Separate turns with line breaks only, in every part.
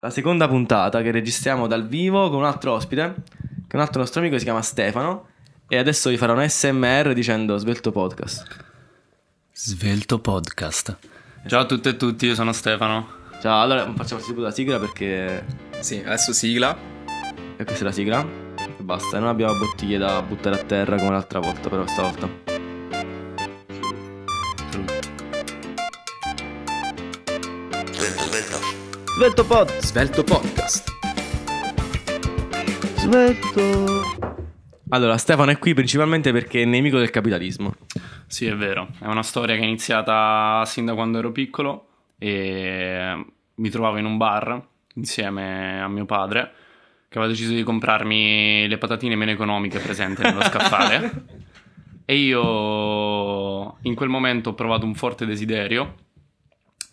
la seconda puntata che registriamo dal vivo con un altro ospite, che è un altro nostro amico si chiama Stefano. E adesso vi farò un SMR dicendo svelto podcast.
Svelto Podcast. Eh. Ciao a tutte e tutti, io sono Stefano.
Ciao, allora facciamo subito la sigla perché
Sì, adesso sigla.
E questa è la sigla. E basta, non abbiamo bottiglie da buttare a terra come l'altra volta, però stavolta. Svelto, svelto. Svelto pot,
Svelto podcast.
svelto. Allora, Stefano è qui principalmente perché è nemico del capitalismo.
Sì, è vero, è una storia che è iniziata sin da quando ero piccolo e mi trovavo in un bar insieme a mio padre che aveva deciso di comprarmi le patatine meno economiche presenti nello scaffale e io in quel momento ho provato un forte desiderio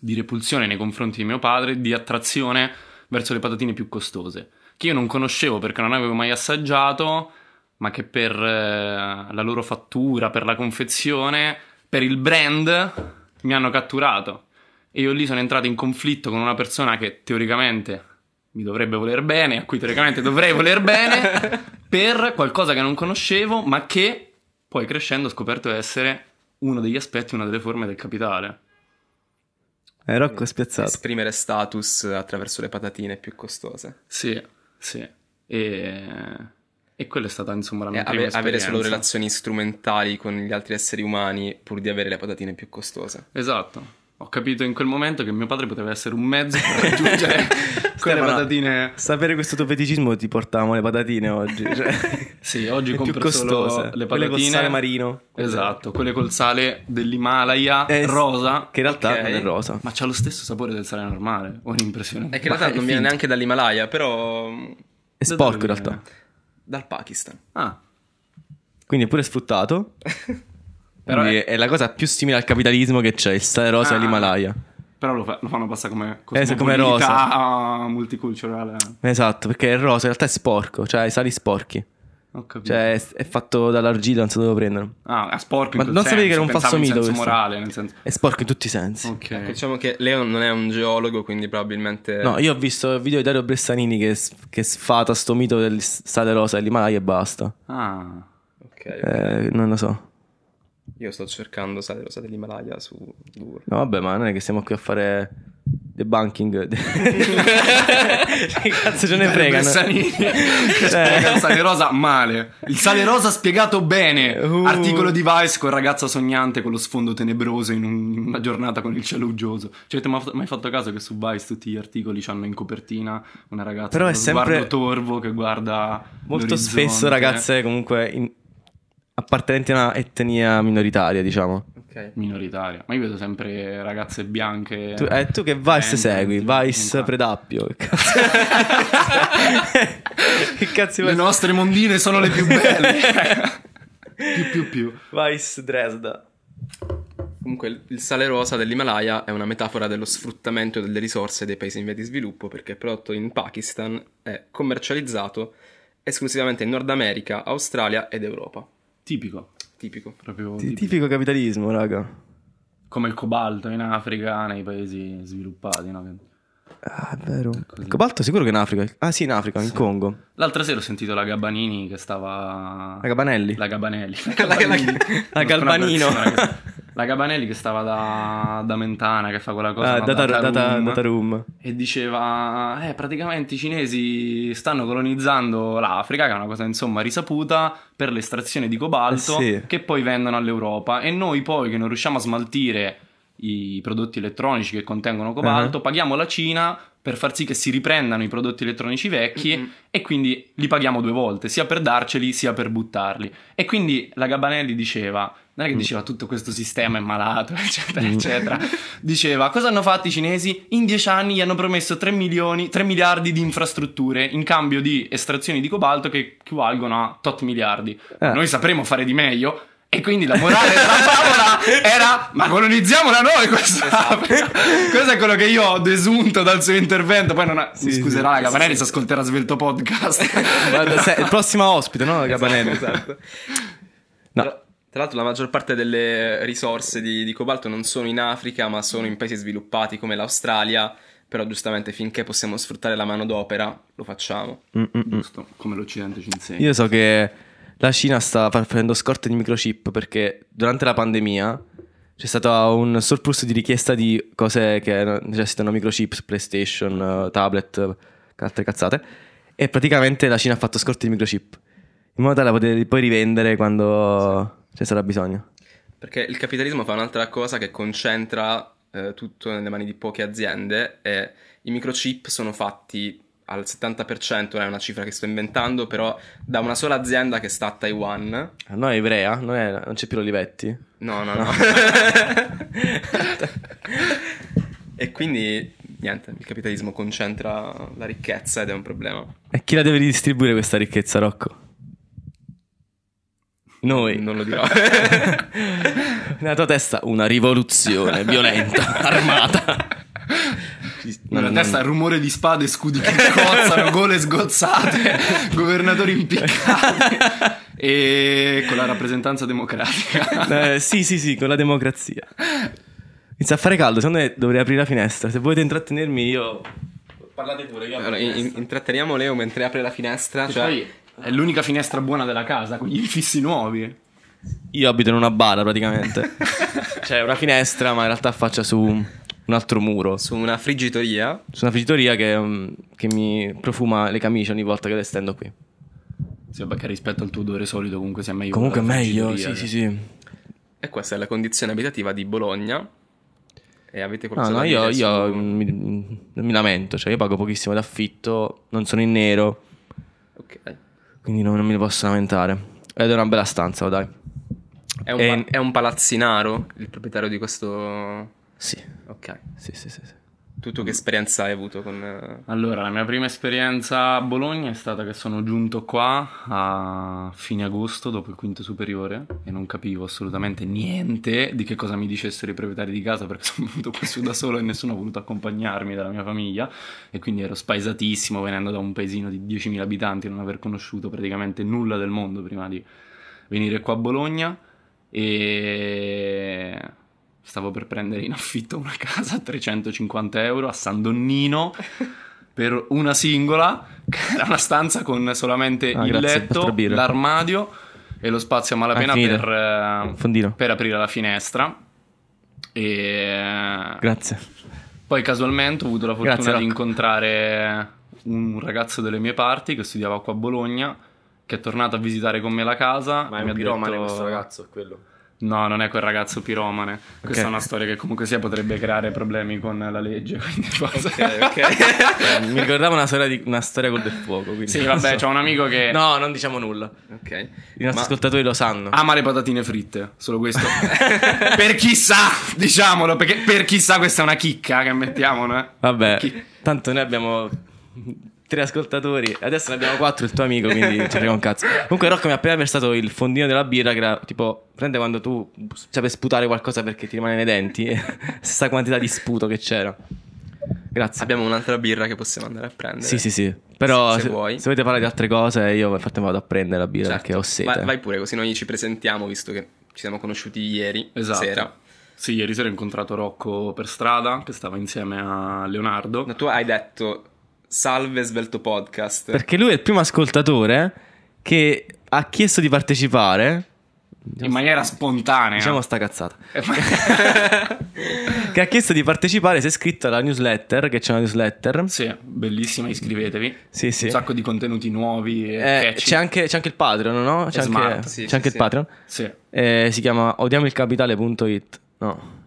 di repulsione nei confronti di mio padre, di attrazione verso le patatine più costose, che io non conoscevo perché non avevo mai assaggiato, ma che per eh, la loro fattura, per la confezione, per il brand mi hanno catturato. E io lì sono entrato in conflitto con una persona che teoricamente mi dovrebbe voler bene, a cui teoricamente dovrei voler bene, per qualcosa che non conoscevo, ma che poi crescendo ho scoperto essere uno degli aspetti, una delle forme del capitale.
Eh, Rocco è spiazzato.
Esatto. Esprimere status attraverso le patatine più costose.
Sì, sì. E, e quella è stata insomma la
E
Eh,
mia
ave-
prima
avere solo
esperienza.
relazioni strumentali con gli altri esseri umani pur di avere le patatine più costose.
Esatto. Ho capito in quel momento che mio padre poteva essere un mezzo per raggiungere quelle
Stefano.
patatine.
Sapere questo tuo feticismo ti portiamo le patatine oggi. Cioè,
Sì, oggi
le più
compro solo
costose.
le
Quelle
patatine.
con sale marino.
Esatto, quelle col sale dell'Himalaya
Eh, sì.
rosa,
Che in realtà
Ok.
non è rosa.
ma c'ha lo stesso sapore del sale normale. Ho l'impressione.
E che in
Ma
realtà
è
non viene
finto.
neanche dall'Himalaya, però mm,
È
Da
sporco in
dove
realtà.
viene?
dal Pakistan.
Ah,
Quindi è pure sfruttato.
Però
Quindi è... è la cosa più simile al capitalismo che c'è, il sale rosa
Ah.
e l'Himalaya.
però lo, fa- lo fanno passare come
Eh, sì, come
cosmopolita, multiculturale.
Esatto, perché il rosa in realtà è sporco, cioè i sali sporchi.
Ho capito.
Cioè è, è fatto dall'argilla, non so dove prendono.
ah, è sporco in
Ma
quel
non sapevi che era
senso,
un falso
pensavo in
mito
senso
questo? cioè,
morale, nel senso
È sporco in tutti i sensi.
Ok.
Ecco, diciamo che Leon non è un geologo, quindi probabilmente...
No, io ho visto il video di Dario Bressanini che, s- che sfata sto mito del sale rosa e l'Himalaya e basta.
Ah.
Ok,
Eh, non lo so.
io sto cercando sale rosa dell'Himalaya su Google.
No, vabbè, ma non è che siamo qui a fare debunking. che cazzo ce ne frega?
Dario
Cioè,
Bressanini che spiega il sale rosa male. Il sale rosa spiegato bene.
Uh.
Articolo di Vice con ragazza sognante con lo sfondo tenebroso in, un- in una giornata con il cielo uggioso. Cioè, avete mai- mai fatto caso che su Vice tutti gli articoli hanno in copertina una ragazza
Però
con
è
lo
sempre-
sguardo torvo che guarda
Molto
l'orizzonte.
spesso ragazze comunque in- appartenenti a una etnia minoritaria, diciamo.
Ok.
minoritaria. Ma io vedo sempre ragazze bianche.
Tu, eh, tu che Vice
Eh,
segui?
infatti,
Vice
infatti.
Predappio. Che cazzo, che cazzo
Le
vuoi-
nostre mondine sono le più belle. più più più.
Vice Dresda.
Comunque il- il sale rosa dell'Himalaya è una metafora dello sfruttamento delle risorse dei paesi in via di sviluppo perché prodotto in Pakistan è commercializzato esclusivamente in Nord America, Australia ed Europa.
Tipico,
Tipico.
proprio
Ti-
tipico.
Tipico capitalismo, raga.
come il cobalto in Africa, nei paesi sviluppati. no?
Ah, è vero.
così.
Il cobalto sicuro che è in Africa. Ah sì, in Africa, in
Ecco, Sì.
Congo.
L'altra sera ho sentito la Gabanini che stava.
La Cabanelli.
La Gabanelli.
La- Ah, la-
Gabanini.
la Galbanino.
Una persona che- La Gabanelli che stava da, da Mentana, che fa quella cosa.
Ah,
no?
data,
Data
data-
Room.
data room.
E diceva, eh, praticamente i cinesi stanno colonizzando l'Africa, che è una cosa insomma risaputa, per l'estrazione di cobalto,
Eh sì.
che poi vendono all'Europa. E noi poi che non riusciamo a smaltire i prodotti elettronici che contengono cobalto,
Ah.
paghiamo la Cina per far sì che si riprendano i prodotti elettronici vecchi
Mm-mm.
e quindi li paghiamo due volte, sia per darceli sia per buttarli. E quindi la Gabanelli diceva, non è che diceva tutto questo sistema è malato, eccetera,
Mm.
eccetera. Diceva, cosa hanno fatto i cinesi? In dieci anni gli hanno promesso 3, milioni, 3 miliardi di infrastrutture in cambio di estrazioni di cobalto che equivalgono a tot miliardi.
Eh.
Noi sapremo fare di meglio. E quindi la morale della favola era, ma colonizziamola noi questa
Esatto.
Africa." Questo è quello che io ho desunto dal suo intervento. Poi non ha- mi
sì.
scuserà, la Gabanelli si ascolterà svelto podcast.
Guarda, se- il prossimo ospite, no? La Cabanelli.
Esatto.
No.
Tra, tra l'altro la maggior parte delle risorse di, di cobalto non sono in Africa, ma sono in paesi sviluppati come l'Australia, però giustamente finché possiamo sfruttare la manodopera lo facciamo.
Mm, mm, mm.
Giusto, come l'Occidente ci insegna.
Io so che la Cina sta far- facendo scorte di microchip perché durante la pandemia c'è stato un surplus di richiesta di cose che necessitano microchips, PlayStation, eh, tablet, eh, altre cazzate. E praticamente la Cina ha fatto scorte di microchip in modo tale da poter poi rivendere quando ce ne sarà bisogno.
Perché il capitalismo fa un'altra cosa che concentra eh, tutto nelle mani di poche aziende e i microchip sono fatti al 70%, ora è una cifra che sto inventando, però da una sola azienda che sta a Taiwan.
A noi è Ivrea, non, è- non c'è più l'Olivetti.
No, no, no. e quindi niente, il capitalismo concentra la ricchezza ed è un problema.
E chi la deve ridistribuire questa ricchezza, Rocco? Noi.
Non lo dirò.
Nella tua testa una rivoluzione violenta, armata.
Nella testa rumore di spade, scudi che cozzano, gole sgozzate, governatori impiccati e con la rappresentanza democratica.
Eh, sì, sì, sì, con la democrazia. Inizia a fare caldo, secondo me dovrei aprire la finestra. Se volete intrattenermi io... Parlate pure, io
Allora, in- in- intratteniamo Leo mentre apre la finestra.
Che
cioè-
poi è l'unica finestra buona della casa, con gli infissi nuovi.
Io abito in una bara praticamente. C'è una finestra, ma in realtà affaccia su un altro muro.
su una friggitoria.
Su una friggitoria che, mm, che mi profuma le camicie ogni volta che le stendo qui.
Sì, perché rispetto al tuo odore solito comunque sia meglio.
Comunque è
quella
meglio, sì,
friggitoria
sì,
che-
sì.
E questa è la condizione abitativa di Bologna. E avete
No,
qualcosa
no,
da
io,
dire
io
su-
mi, mi lamento, cioè io pago pochissimo d'affitto, non sono in nero,
Ok.
quindi non, non me ne posso lamentare. Ed è una bella stanza, dai.
È un,
E-
pa- è un palazzinaro il proprietario di questo...
Sì,
Ok.
sì, sì, sì. sì.
Tu, tu che esperienza hai avuto con... eh,
Allora, la mia prima esperienza a Bologna è stata che sono giunto qua a fine agosto dopo il quinto superiore e non capivo assolutamente niente di che cosa mi dicessero i proprietari di casa perché sono venuto qua su da solo e nessuno ha voluto accompagnarmi dalla mia famiglia e quindi ero spaesatissimo venendo da un paesino di 10.000 abitanti non aver conosciuto praticamente nulla del mondo prima di venire qua a Bologna e stavo per prendere in affitto una casa a 350 euro a San Donnino per una singola, che era una stanza con solamente
Ah,
il
grazie,
letto,
altra birra.
l'armadio e lo spazio a malapena
Ah, finita.
per, eh,
Fondino,
per aprire la finestra. E
grazie.
poi casualmente ho avuto la fortuna
Grazie,
di
Rocco.
incontrare un ragazzo delle mie parti che studiava qua a Bologna, che è tornato a visitare con me la casa. e mi ha detto-
ragazzo, quello.
No, non è quel ragazzo piromane. Questa
Ok.
è una storia che comunque sia potrebbe creare problemi con la legge. Quindi
Ok, ok.
Mi ricordava una storia, di, una storia col del fuoco, quindi...
Sì,
non
vabbè,
so.
c'ho un amico che
No, non diciamo nulla.
ok.
I nostri
Ma-
ascoltatori lo sanno.
ama le patatine fritte. Solo questo. per chissà, diciamolo, perché per chissà questa è una chicca che mettiamo. no?
Vabbè,
Chi-
tanto noi abbiamo tre ascoltatori, adesso ne abbiamo quattro, il tuo amico, quindi ci frega un cazzo. Comunque Rocco mi ha appena versato il fondino della birra che era tipo, prende quando tu sai per sputare qualcosa perché ti rimane nei denti, e stessa quantità di sputo che c'era. Grazie.
Abbiamo un'altra birra che possiamo andare a prendere.
Sì, sì, sì. Però se,
Se- se vuoi.
se volete parlare di altre cose, io nel frattempo vado a prendere la birra
Certo.
perché ho sete.
Vai, vai pure, così noi ci presentiamo, visto che ci siamo conosciuti ieri
Esatto.
sera.
Sì, ieri sera ho incontrato Rocco per strada, che stava insieme a Leonardo.
No, tu hai detto salve svelto podcast.
Perché lui è il primo ascoltatore che ha chiesto di partecipare.
In maniera spontanea.
Diciamo sta cazzata.
Eh,
che ha chiesto di partecipare, si è iscritto alla newsletter, che c'è una newsletter.
sì, bellissima, iscrivetevi.
Sì, sì.
Un sacco di contenuti nuovi e
Eh,
catchy.
c'è, anche, c'è anche il Patreon, no? C'è anche,
È smart,
sì,
c'è
sì,
anche
sì.
il Patreon.
Sì.
Eh, si chiama odiamoilcapitale.it. No.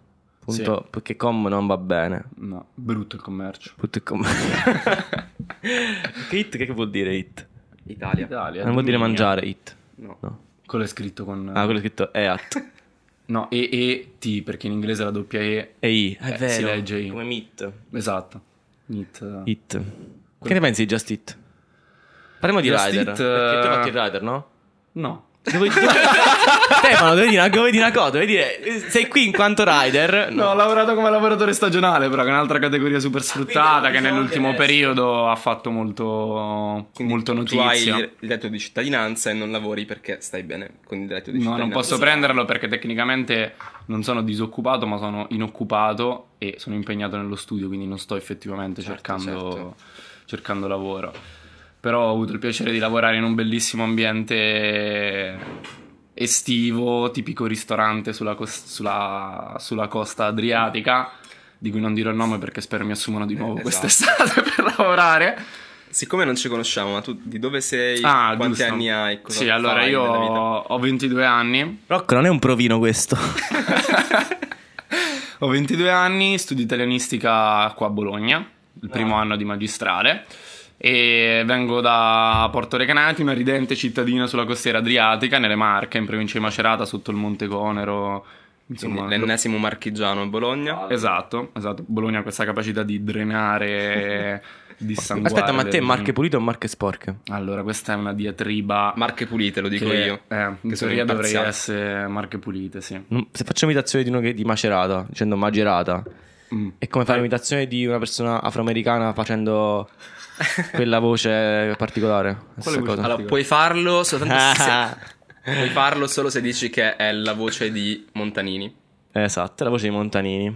Punto, Perché com non va bene.
No, brutto il commercio.
Punto com. che it che vuol dire it?
Italia.
Italia,
Non vuol dire
dominia.
mangiare it.
No.
No.
Quello è scritto con...
Ah, quello è scritto è at.
No, E-E-T, perché in inglese la doppia E...
E i. È
Eh,
vero.
si legge i.
Come meet.
Esatto. eh. Nit.
It. Che ne pensi di Just It? Parliamo di
Just
Rider.
Eat,
Perché tu hai
eh,
fatto il Rider, no?
No.
Devo, devo- Stefano, devi dire, una- devo dire una cosa, devi dire, sei qui in quanto rider.
No, ho lavorato come lavoratore stagionale, però, che è un'altra categoria super
Ah,
sfruttata,
Quindi,
che
diciamo
nell'ultimo
che adesso-
periodo ha fatto molto,
Quindi
molto
tu hai
notizia.
il il reddito di cittadinanza e non lavori perché stai bene con il reddito di
No, non
cittadinanza.
posso prenderlo perché tecnicamente non sono disoccupato, ma sono inoccupato e sono impegnato nello studio, quindi non sto effettivamente
Certo,
cercando,
certo.
cercando lavoro. Però ho avuto il piacere di lavorare in un bellissimo ambiente estivo, tipico ristorante sulla, cos- sulla- sulla costa adriatica, di cui non dirò il nome perché spero mi assumano di nuovo
Eh, esatto.
quest'estate per lavorare.
Siccome non ci conosciamo, ma tu di dove sei?
Ah,
quanti
giusto.
anni hai? Cosa
sì, allora
fai
io
nella vita?
ho 22 anni.
Rocco, non è un provino questo.
Ho 22 anni, studio italianistica qua a Bologna, il
Ah.
primo anno di magistrale e vengo da Porto Recanati, una ridente cittadina sulla costiera adriatica, nelle Marche, in provincia di Macerata, sotto il Monte Conero,
Quindi
insomma... lo-
l'ennesimo marchigiano a Bologna.
Esatto, esatto. Bologna ha questa capacità di drenare, di sanguare.
Aspetta, ma te
le-
marche pulite o marche sporche?
Allora, questa è una diatriba...
Marche pulite, lo dico
che-
io.
eh, in
che sono
teoria dovrei
imparziale.
essere Marche Pulite, sì.
Non- Se faccio imitazione di uno che di Macerata, dicendo Magerata,
Mm.
è come fare
Eh.
imitazione di una persona afroamericana facendo quella voce particolare. la stessa
voce?
cosa.
Allora, puoi farlo soltanto
Ah.
se... Puoi farlo solo se dici che è la voce di Montanini,
Esatto, la voce di Montanini.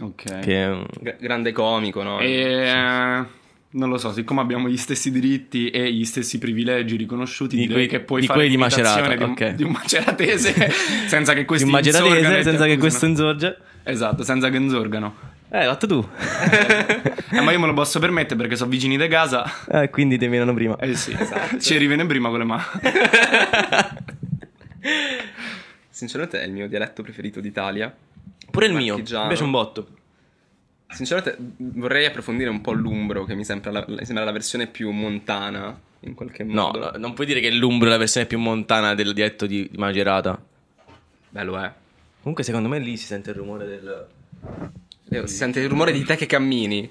Ok.
Che
Gra- grande comico, no?
E eh, non lo so, siccome abbiamo gli stessi diritti e gli stessi privilegi riconosciuti,
Di
direi
quei-
che puoi
di
fare
quelli di
l'imitazione
Macerata,
di un,
ok.
di un maceratese senza che
di
questo
un mageratese senza che questo insorge.
Esatto, senza che insorgano.
Eh, l'hai fatto tu.
Eh, ma io me lo posso permettere perché sono vicini di casa.
Eh, quindi te vengono prima.
Eh sì,
Esatto.
ci riviene prima con le mani.
Sinceramente è il mio dialetto preferito d'Italia.
Pure il mio. Mi
Marchigiano.
piace un botto.
Sinceramente vorrei approfondire un po' l'umbro, che mi sembra la, mi sembra la versione più montana, in qualche
No,
modo.
no, non puoi dire che l'Umbro è la versione più montana del dialetto di, di Macerata.
Bello eh. è.
Comunque, secondo me lì si sente il rumore del.
Leo, si sente il rumore di te che cammini.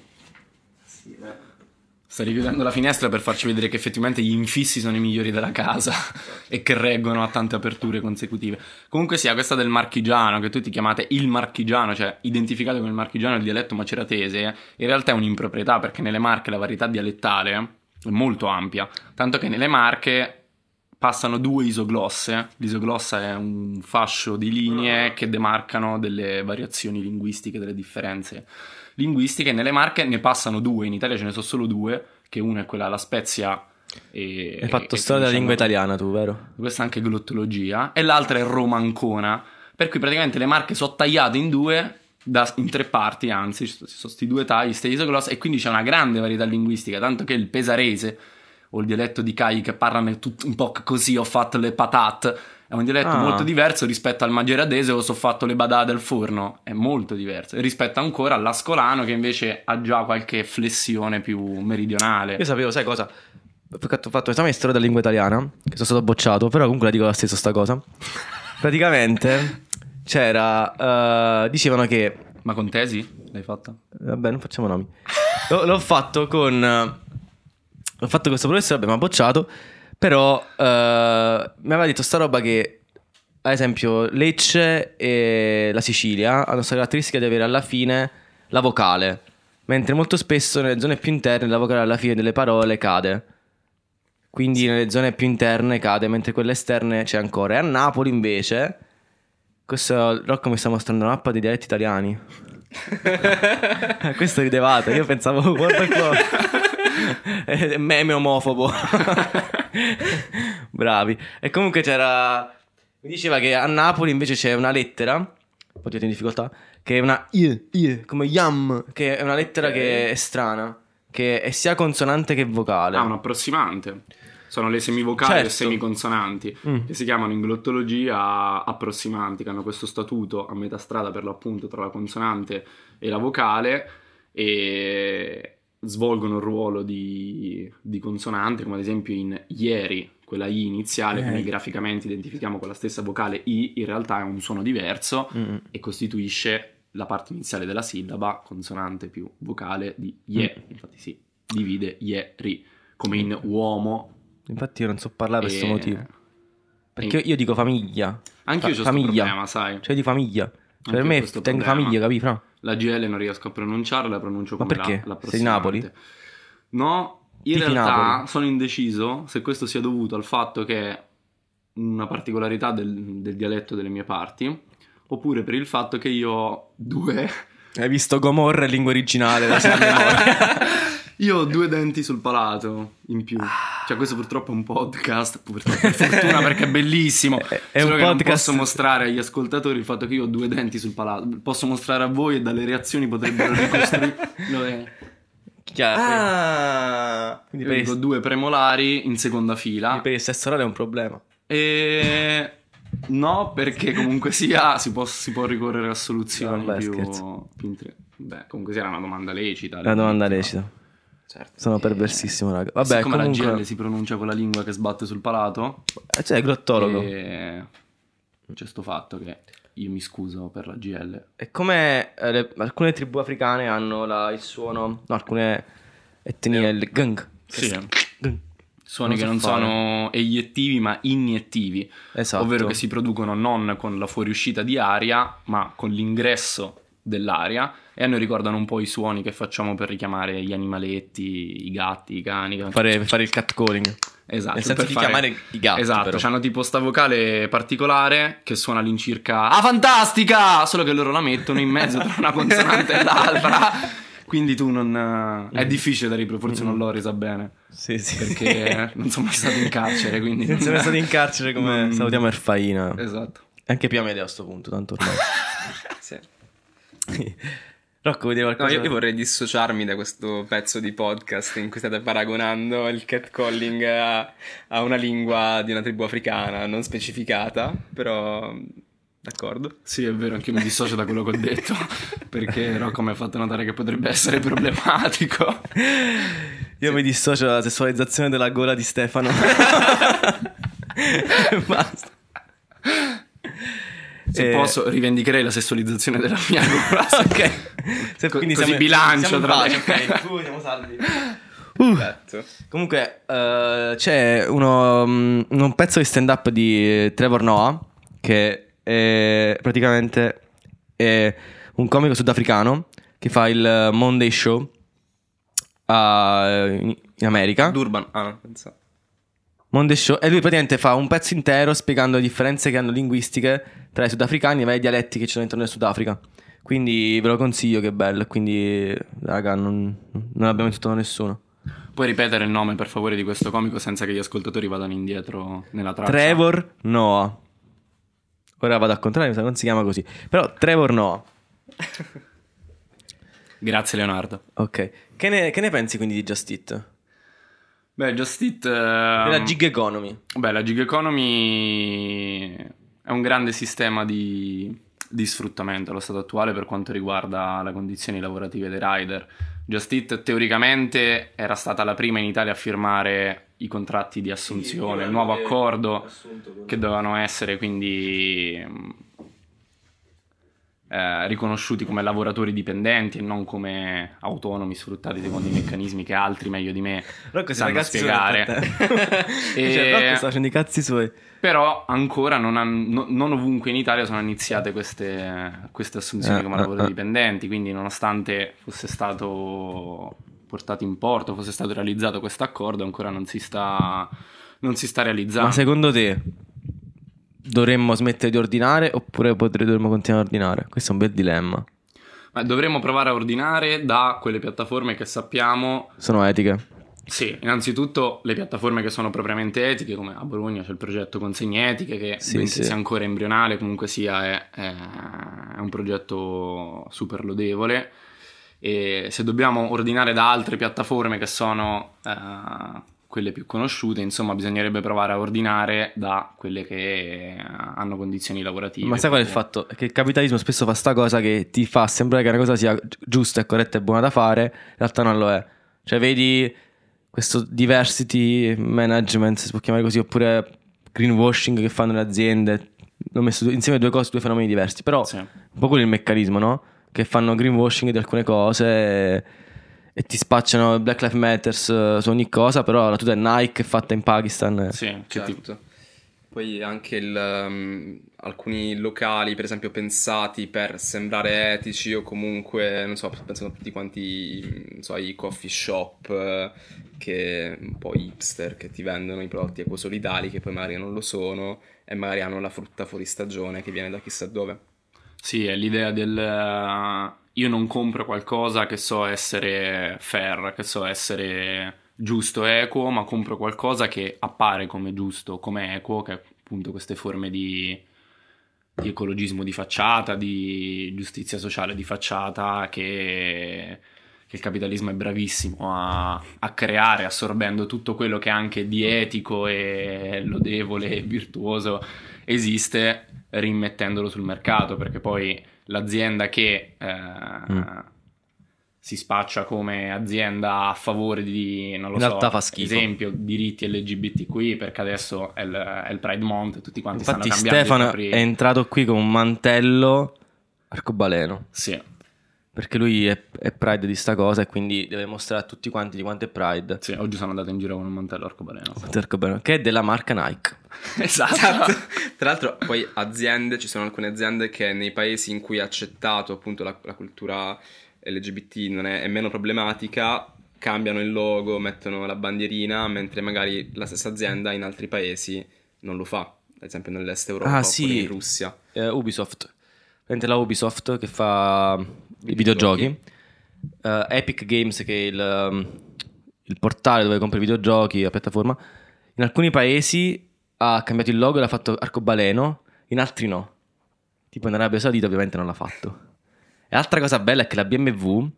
Sta richiudendo la finestra per farci vedere che effettivamente gli infissi sono i migliori della casa e che reggono a tante aperture consecutive. Comunque sia, questa del marchigiano, che tutti chiamate il marchigiano, cioè identificato come il marchigiano il dialetto maceratese, in realtà è un'improprietà perché nelle Marche la varietà dialettale è molto ampia, tanto che nelle Marche passano due isoglosse. L'isoglossa è un fascio di linee che demarcano delle variazioni linguistiche, delle differenze linguistiche. Nelle Marche ne passano due, in Italia ce ne sono solo due, che una è quella alla Spezia e...
Hai fatto
e diciamo
storia della lingua
Fiumicino.
italiana, tu, vero?
Questa è anche glottologia. E l'altra è romancona, per cui praticamente le Marche sono tagliate in due... da- in tre parti, anzi, ci sono questi due tagli, queste isoglosse, e quindi c'è una grande varietà linguistica, tanto che il pesarese o il dialetto di Cai che parlano tut- un po' così, ho fatto le patate, è un dialetto
Ah.
molto diverso rispetto al mageradese o so fatto le badate al forno, è molto diverso, E rispetto ancora all'ascolano che invece ha già qualche flessione più meridionale.
Io sapevo, sai cosa? Ho fatto ho fatto un esame di storia della lingua italiana, che sono stato bocciato, però comunque la dico la stessa sta cosa. Praticamente c'era. eh, dicevano che
Ma con tesi l'hai fatta?
Vabbè, non facciamo nomi. L'ho, l'ho fatto con. L'ho fatto con questo professore, vabbè, mi ha bocciato. Però eh, mi aveva detto sta roba che, ad esempio, Lecce e la Sicilia hanno questa caratteristica di avere alla fine la vocale. Mentre molto spesso nelle zone più interne la vocale alla fine delle parole cade. Quindi nelle zone più interne cade, mentre quelle esterne c'è ancora. E a Napoli invece. Questo Rocco mi sta mostrando una mappa dei dialetti italiani. Eh, Questo ridevate, io pensavo, guarda qua, Eh, meme omofobo. Bravi. E comunque c'era, mi diceva che a Napoli invece c'è una lettera, potete in difficoltà, che è una I, I, come yam, che è una lettera che è strana, che è sia consonante che vocale.
Ah, un approssimante. Sono le semivocali
Certo.
o semiconsonanti,
Mm.
che si chiamano in glottologia approssimanti, che hanno questo statuto a metà strada per l'appunto tra la consonante e la vocale e svolgono il ruolo di, di consonante, come ad esempio in ieri, quella I iniziale,
Eh.
che noi graficamente identifichiamo con la stessa vocale I, in realtà è un suono diverso
Mm.
e costituisce la parte iniziale della sillaba, consonante più vocale di IE,
Mm.
infatti si divide IE, RI, come in uomo.
Infatti io non so parlare per questo
e-
motivo. Perché io dico famiglia.
Anche io
Fa-
ho questo
famiglia.
problema, sai.
Cioè di famiglia. Cioè, per
Anche
me
questo
tengo
problema.
famiglia, capi? Fra?
La GL non riesco a pronunciarla, la pronuncio
Ma
come
perché?
la, la
Sei di Napoli?
approssimante. No, in
Tifi
realtà
Napoli.
sono indeciso se questo sia dovuto al fatto che una particolarità del, del dialetto delle mie parti, oppure per il fatto che io ho due...
Hai visto Gomorra in lingua originale, la sera a memoria.
Io ho due denti sul palato in più. Cioè, questo purtroppo è un podcast. purtroppo, per fortuna, perché è bellissimo.
È- è
Solo
un
che non
podcast-
posso mostrare agli ascoltatori il fatto che io ho due denti sul palato. Posso mostrare a voi e dalle reazioni potrebbero ricostruire. eh,
Chiaro.
Ah!
Quindi
Io
per
dico
il,
due premolari in seconda fila.
per il sesso orale è un problema.
E. No, perché comunque sia si può, si può ricorrere a soluzioni
Vabbè,
più,
scherzo.
più intre- Beh, comunque sia era una domanda lecita.
Una domanda
no?
recita.
Certo.
Sono
Eh,
perversissimo, raga. Vabbè,
Siccome
comunque...
la GL si pronuncia con la lingua che sbatte sul palato,
Eh, Cioè, è grottologo.
e c'è sto fatto che io mi scuso per la GL.
È come eh, le- alcune tribù africane hanno la- il suono... No, alcune etnie... Il gang.
Sì.
Gang.
Suoni
Non
che
so
non
fare.
sono eiettivi ma iniettivi,
Esatto.
ovvero che si producono non con la fuoriuscita di aria, ma con l'ingresso dell'aria e a noi ricordano un po' i suoni che facciamo per richiamare gli animaletti, i gatti, i cani. che-
Fare, per fare il catcalling.
Esatto,
Nel senso
per
di
fare-
chiamare i gatti,
Esatto,
però.
hanno tipo sta vocale particolare che suona all'incirca Ah fantastica! Solo che loro la mettono in mezzo tra una consonante e l'altra. Quindi tu non... È difficile da ripro- forse non l'ho resa bene.
Sì, sì.
Perché non sono mai stato in carcere, quindi...
Non sono mai stato in carcere come...
Non-
Salutiamo Erfaina.
Esatto.
Anche più a sto punto, tanto ormai.
sì.
Rocco, vuoi dire
No,
qualcosa?
io, io vorrei dissociarmi da questo pezzo di podcast in cui state paragonando il catcalling a, a una lingua di una tribù africana non specificata, però d'accordo.
Sì, è vero, anche io mi dissocio da quello che ho detto, perché Rocco mi ha fatto notare che potrebbe essere problematico.
Io mi dissocio dalla sessualizzazione della gola di Stefano. Basta.
Se
Eh,
posso, rivendicherei la sessualizzazione della mia gola.
ok. Se-
Co-
quindi
così
siamo-
bilancio
siamo in
tra
pace,
le-
ok, tu, siamo salvi. Uh.
Perfetto.
Comunque, eh, c'è uno, mm, un pezzo di stand up di eh, Trevor Noah, che è praticamente è un comico sudafricano che fa il Monday Show a- in in America.
Durban. Ah, no, pensavo.
Monday Show. E lui praticamente fa un pezzo intero spiegando le differenze che hanno linguistiche tra i sudafricani e i vari dialetti che ci sono intorno al Sudafrica. Quindi ve lo consiglio, che è bello. Quindi, raga, non, non abbiamo insultato nessuno.
Puoi ripetere il nome per favore di questo comico senza che gli ascoltatori vadano indietro nella traccia?
Trevor Noah. Ora vado a contrario, mi sa che non si chiama così. Però Trevor Noah.
Grazie Leonardo.
Ok. Che ne, che ne pensi quindi di Just Eat?
Beh, Just Eat... Ehm,
Della gig economy.
Beh, la gig economy è un grande sistema di, di sfruttamento allo stato attuale per quanto riguarda le condizioni lavorative dei rider. Just Eat teoricamente era stata la prima in Italia a firmare i contratti di assunzione, il nuovo
eh,
accordo che dovevano essere quindi mh, eh, riconosciuti come lavoratori dipendenti e non come autonomi sfruttati secondo i meccanismi che altri meglio di me
Rocco si
sanno
ragazzi
spiegare.
e...
E-
cioè, Rocco sta facendo i cazzi suoi.
Però ancora non, han- no- non ovunque in Italia sono iniziate queste, queste assunzioni
Eh,
come
eh,
lavoro
eh.
dipendenti, quindi nonostante fosse stato portato in porto, fosse stato realizzato questo accordo, ancora non si sta, non si sta realizzando.
Ma secondo te dovremmo smettere di ordinare oppure potre- dovremmo continuare a ordinare? Questo è un bel dilemma.
Ma dovremmo provare a ordinare da quelle piattaforme che sappiamo
Sono etiche.
Sì, innanzitutto le piattaforme che sono propriamente etiche, come a Bologna c'è il progetto Consegne Etiche, che
Sì,
benché
sì.
sia ancora embrionale, comunque sia è, è- è un progetto super lodevole. E se dobbiamo ordinare da altre piattaforme che sono eh, quelle più conosciute, insomma, bisognerebbe provare a ordinare da quelle che eh, hanno condizioni lavorative.
Ma sai qual è il
Perché-
fatto? È che il capitalismo spesso fa sta cosa che ti fa sembrare che una cosa sia gi- giusta e corretta e buona da fare, in realtà non lo è. Cioè, vedi questo diversity management, si può chiamare così, oppure greenwashing che fanno le aziende. Ho messo due- insieme due cose, due fenomeni diversi, però
Sì.
un po' quello è il meccanismo, no? Che fanno greenwashing di alcune cose e, e ti spacciano Black Lives eh, Matter su ogni cosa, però la tuta è Nike è fatta in Pakistan.
Sì, che ti-
Certo. Poi anche il, ehm, alcuni locali, per esempio, pensati per sembrare etici o comunque, non so, pensano a tutti quanti, non so, i coffee shop eh, che un po' hipster che ti vendono i prodotti ecosolidali che poi magari non lo sono e magari hanno la frutta fuori stagione che viene da chissà dove.
Sì, è l'idea del eh, io non compro qualcosa che so essere fair, che so essere giusto e equo, ma compro qualcosa che appare come giusto, come equo, che è appunto queste forme di, di ecologismo di facciata, di giustizia sociale di facciata che, che il capitalismo è bravissimo a, a creare, assorbendo tutto quello che anche di etico e lodevole e virtuoso esiste rimettendolo sul mercato, perché poi l'azienda che eh,
Mm.
si spaccia come azienda a favore di, non lo
In
so,
realtà fa schifo.
esempio, diritti LGBTQI, perché adesso è il, è il Pride Month, tutti quanti
Infatti
stanno cambiando i
Stefano
propri-
è entrato qui con un mantello arcobaleno.
Sì,
Perché lui è, è pride di sta cosa e quindi deve mostrare a tutti quanti di quanto è pride.
sì, oggi sono andato in giro con un mantello arcobaleno.
Quanto è arcobaleno, Che è della marca Nike.
Esatto. Tra l'altro, poi aziende, ci sono alcune aziende che nei paesi in cui è accettato appunto la, la cultura LGBT non è, è meno problematica, cambiano il logo, mettono la bandierina, mentre magari la stessa azienda in altri paesi non lo fa, ad esempio nell'est Europa
Ah,
oppure
sì.
in Russia.
Eh, Ubisoft. Prende la Ubisoft che fa i videogiochi. Eh, Epic Games che è il, ehm, il portale dove compri i videogiochi, la piattaforma. In alcuni paesi ha cambiato il logo e l'ha fatto arcobaleno, in altri no. Tipo in Arabia Saudita ovviamente non l'ha fatto. E altra cosa bella è che la BMW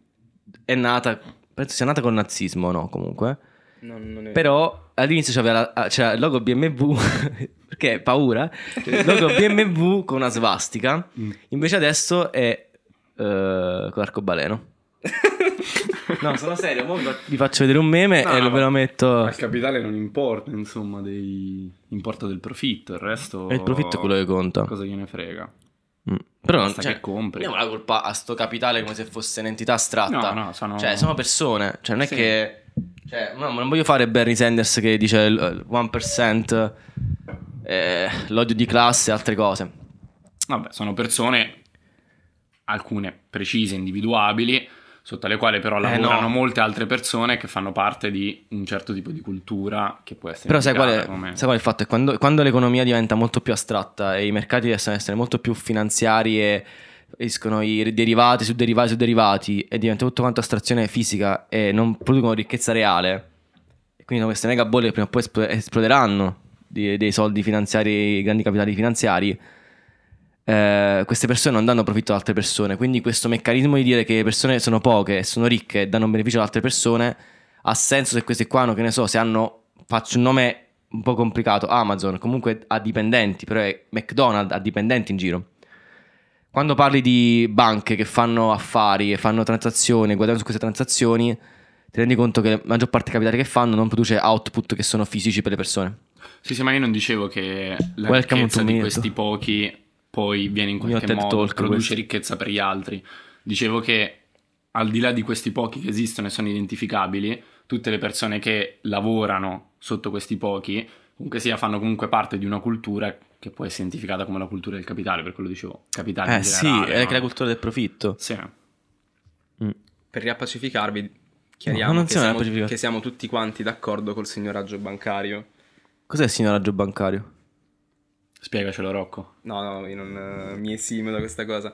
è nata, penso sia nata col nazismo, no comunque.
Non, non è...
Però all'inizio c'aveva la- ah, c'era il logo BMW perché paura. Il logo BMW con una svastica.
Mm.
Invece adesso è eh, con l'arcobaleno. No, sono serio. mo vi fa- vi faccio vedere un meme
No,
e
no,
lo- ve lo metto.
Al capitale non importa, insomma, dei... importa del profitto, il resto...
E Eh, il profitto è quello che conta.
Cosa gliene frega?
Mm. Però non
Basta
cioè,
che compri.
diamo la colpa a sto capitale come se fosse un'entità astratta.
No, no, sono...
Cioè, sono persone. Cioè, non è
Sì.
che. Cioè, no, ma non voglio fare Bernie Sanders che dice il eh, 1%, eh, l'odio di classe e altre cose.
Vabbè, sono persone, alcune precise, individuabili, sotto le quali però lavorano
Eh, no.
molte altre persone che fanno parte di un certo tipo di cultura che può essere...
Però sai qual, è,
indicata come-
sai qual è il fatto? È quando, quando l'economia diventa molto più astratta e i mercati devono essere molto più finanziari e escono i derivati su derivati su derivati e diventa tutto quanto astrazione fisica e non producono ricchezza reale. E quindi sono queste mega bolle che prima o poi espl- esploderanno di- dei soldi finanziari, grandi capitali finanziari. Eh, queste persone non danno profitto ad altre persone, quindi questo meccanismo di dire che le persone sono poche, sono ricche e danno un beneficio ad altre persone ha senso se questi qua hanno, che ne so, se hanno, faccio un nome un po' complicato, Amazon, comunque ha dipendenti, però è McDonald's ha dipendenti in giro. Quando parli di banche che fanno affari e fanno transazioni, guadagnano su queste transazioni, ti rendi conto che la maggior parte dei capitali che fanno non produce output che sono fisici per le persone.
Sì, sì, ma io non dicevo che la
Welcome
ricchezza
to
di
Mirto.
questi pochi poi viene in
Mio
qualche
TED
modo,
Talk,
produce
questo.
ricchezza per gli altri. Dicevo che al di là di questi pochi che esistono e sono identificabili, tutte le persone che lavorano sotto questi pochi, comunque sia, fanno comunque parte di una cultura che può essere identificata come la cultura del capitale, per quello dicevo capitale Ah, in
eh sì,
generale,
è
no?
che la cultura del profitto.
Sì.
Per riappacificarvi, chiariamo
No, non
che,
siamo
siamo,
riappacificati.
che siamo tutti quanti d'accordo col signoraggio bancario.
Cos'è il signoraggio bancario?
Spiegacelo Rocco.
No, no, io non eh, mi esimo da questa cosa.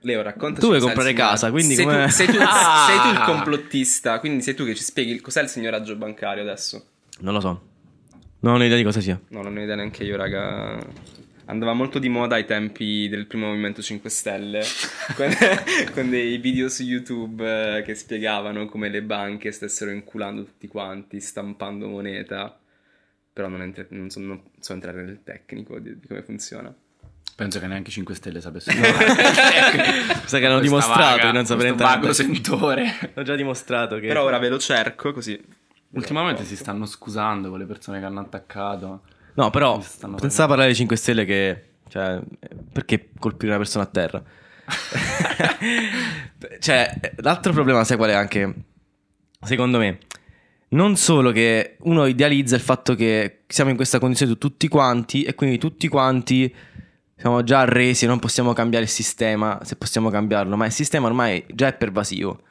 Leo, raccontaci.
Tu vuoi
cos'è il
comprare
signoraggio-
casa, quindi
sei
come-
tu, sei, tu,
Ah!
sei tu il complottista, quindi sei tu che ci spieghi il- cos'è il signoraggio bancario adesso.
Non lo so. Non ho idea di cosa sia.
No, non ne ho idea neanche io, raga. Andava molto di moda ai tempi del primo Movimento 5 Stelle, con, con dei video su YouTube eh, che spiegavano come le banche stessero inculando tutti quanti, stampando moneta. Però non, entra- non so, non so entrare nel tecnico di- di come funziona.
Penso che neanche 5 Stelle Ecco, sapesse.
Sai che hanno dimostrato di non sapere niente.
niente. Vago sentore.
Ho già dimostrato che...
Però ora ve lo cerco così.
Ultimamente si stanno scusando con le persone che hanno attaccato.
No, però
Mi stanno
senza parlare di 5 Stelle che... Cioè, perché colpire una persona a terra? cioè, l'altro problema, sai qual è anche? Secondo me, non solo che uno idealizza il fatto che siamo in questa condizione tutti quanti e quindi tutti quanti siamo già resi, non possiamo cambiare il sistema, se possiamo cambiarlo, ma il sistema ormai già è pervasivo.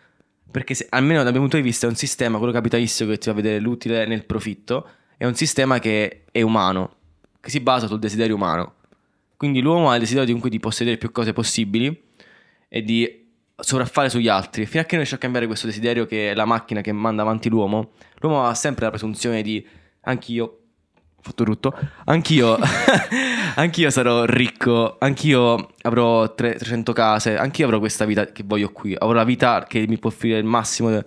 Perché se- almeno dal mio punto di vista è un sistema, quello capitalistico che ti fa vedere l'utile nel profitto, è un sistema che è umano, che si basa sul desiderio umano. Quindi l'uomo ha il desiderio dunque di possedere più cose possibili e di sovraffare sugli altri. Fino a che non riesce a cambiare questo desiderio che è la macchina che manda avanti l'uomo, l'uomo ha sempre la presunzione di anch'io ho fatto tutto, anch'io anch'io sarò ricco, anch'io avrò tre- 300 case, anch'io avrò questa vita che voglio qui, avrò la vita che mi può offrire il massimo de-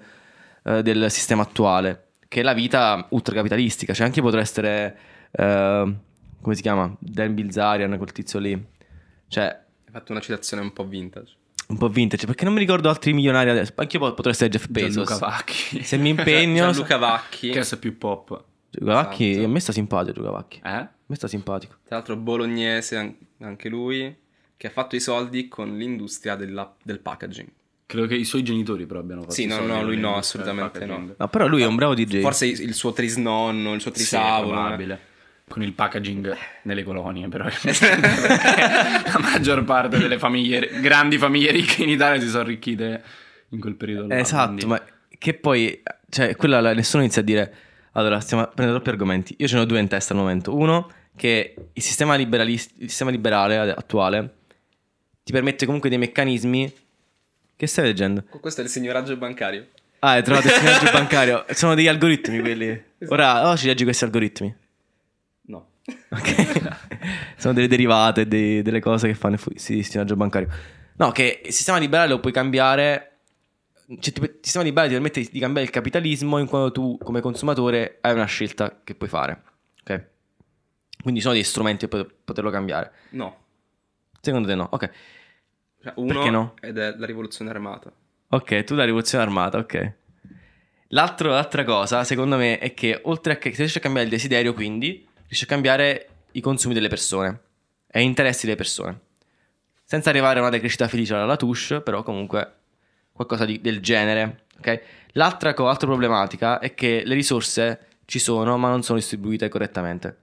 eh, del sistema attuale, che è la vita ultracapitalistica, cioè anche io potrò essere eh, come si chiama? Dan Bilzarian, quel tizio lì. Cioè,
Hai fatto una citazione un po' vintage.
un po' vintage, perché non mi ricordo altri milionari adesso. Anche io potrei essere Jeff Bezos.
Gianluca Vacchi.
Se mi impegno.
Gianluca Vacchi,
Che adesso è più pop.
Giugavacchi,
Esatto.
a me sta simpatico Giugavacchi. A
Eh?
me sta simpatico.
tra l'altro bolognese an- anche lui, che ha fatto i soldi con l'industria della- del packaging.
Credo che i suoi genitori però abbiano fatto
Sì,
i
no,
soldi
no, lui
con
no,
il-
assolutamente
il packaging.
No, però lui è un bravo DJ.
Forse il il suo trisnonno, il suo
Sì,
trisavolo. eh.
probabile. Con il packaging nelle colonie, però. la maggior parte delle famiglie, grandi famiglie ricche in Italia si sono arricchite in quel periodo. là,
Eh, Esatto,
quindi-
ma che poi, cioè, quella la- nessuno inizia a dire. Allora, stiamo prendendo troppi argomenti. Io ce ne ho due in testa al momento. Uno, che il sistema, liberalis- il sistema liberale ad- attuale ti permette comunque dei meccanismi. Che stai leggendo?
Questo è il signoraggio bancario.
Ah, hai trovato il signaggio bancario. Sono degli algoritmi quelli.
Esatto.
Ora, oggi leggi questi algoritmi.
No.
Ok. Sono delle derivate, dei- delle cose che fanno il fu- sì, stinaggio bancario. No, che il sistema liberale lo puoi cambiare. Cioè, ti- il sistema liberale ti permette di- di cambiare il capitalismo in quanto tu, come consumatore, hai una scelta che puoi fare. Ok? Quindi ci sono degli strumenti per poterlo cambiare.
No.
Secondo te no? Ok.
Cioè, uno
Perché no?
ed è la rivoluzione armata.
Ok, tu la rivoluzione armata, ok. L'altro- l'altra cosa, secondo me, è che oltre a che se riesci a cambiare il desiderio, quindi riesci a cambiare i consumi delle persone e gli interessi delle persone. Senza arrivare a una decrescita felice alla Latouche, però comunque qualcosa di- del genere, ok? L'altra, co- altra problematica è che le risorse ci sono, ma non sono distribuite correttamente.